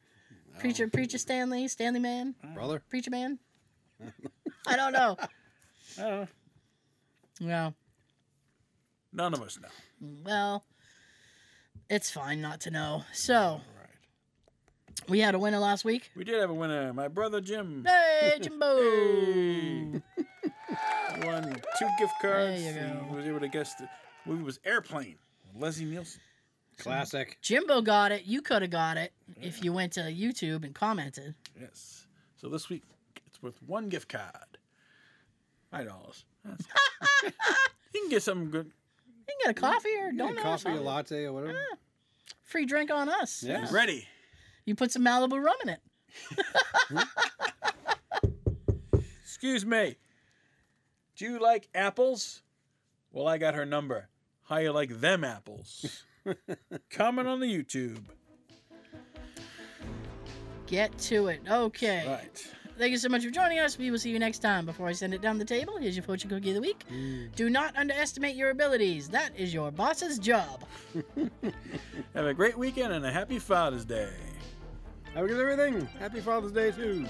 Preacher Preacher Stanley Stanley Man
brother.
Preacher Man? I don't know.
I don't know.
No.
None of us know.
Well, it's fine not to know. So we had a winner last week.
We did have a winner. My brother Jim
Hey,
(laughs)
Jimbo!
won two gift cards.
There you go.
He was able to guess the movie was Airplane. Leslie Nielsen.
Classic.
Jimbo got it. You could have got it if you went to YouTube and commented.
Yes. So this week it's worth one gift card. Five dollars. That's-
(laughs)
you can get something good.
You can get a coffee or
Yeah,
don't know. Ah.
coffee, a
something.
latte, or whatever.
Free drink on us.
Yeah.
Ready.
You put some Malibu rum in it.
Excuse me. Do you like apples? Well, I got her number. How you like them
(laughs)
apples? Comment on the YouTube.
Get to it. Okay.
Right.
Thank you so much for joining us. We will see you next time. Before I send it down the table, here's your fortune cookie of the week. Do not underestimate your abilities. That is your boss's job.
Have a great weekend and a happy Father's Day.
Have a good everything. Happy Father's Day too.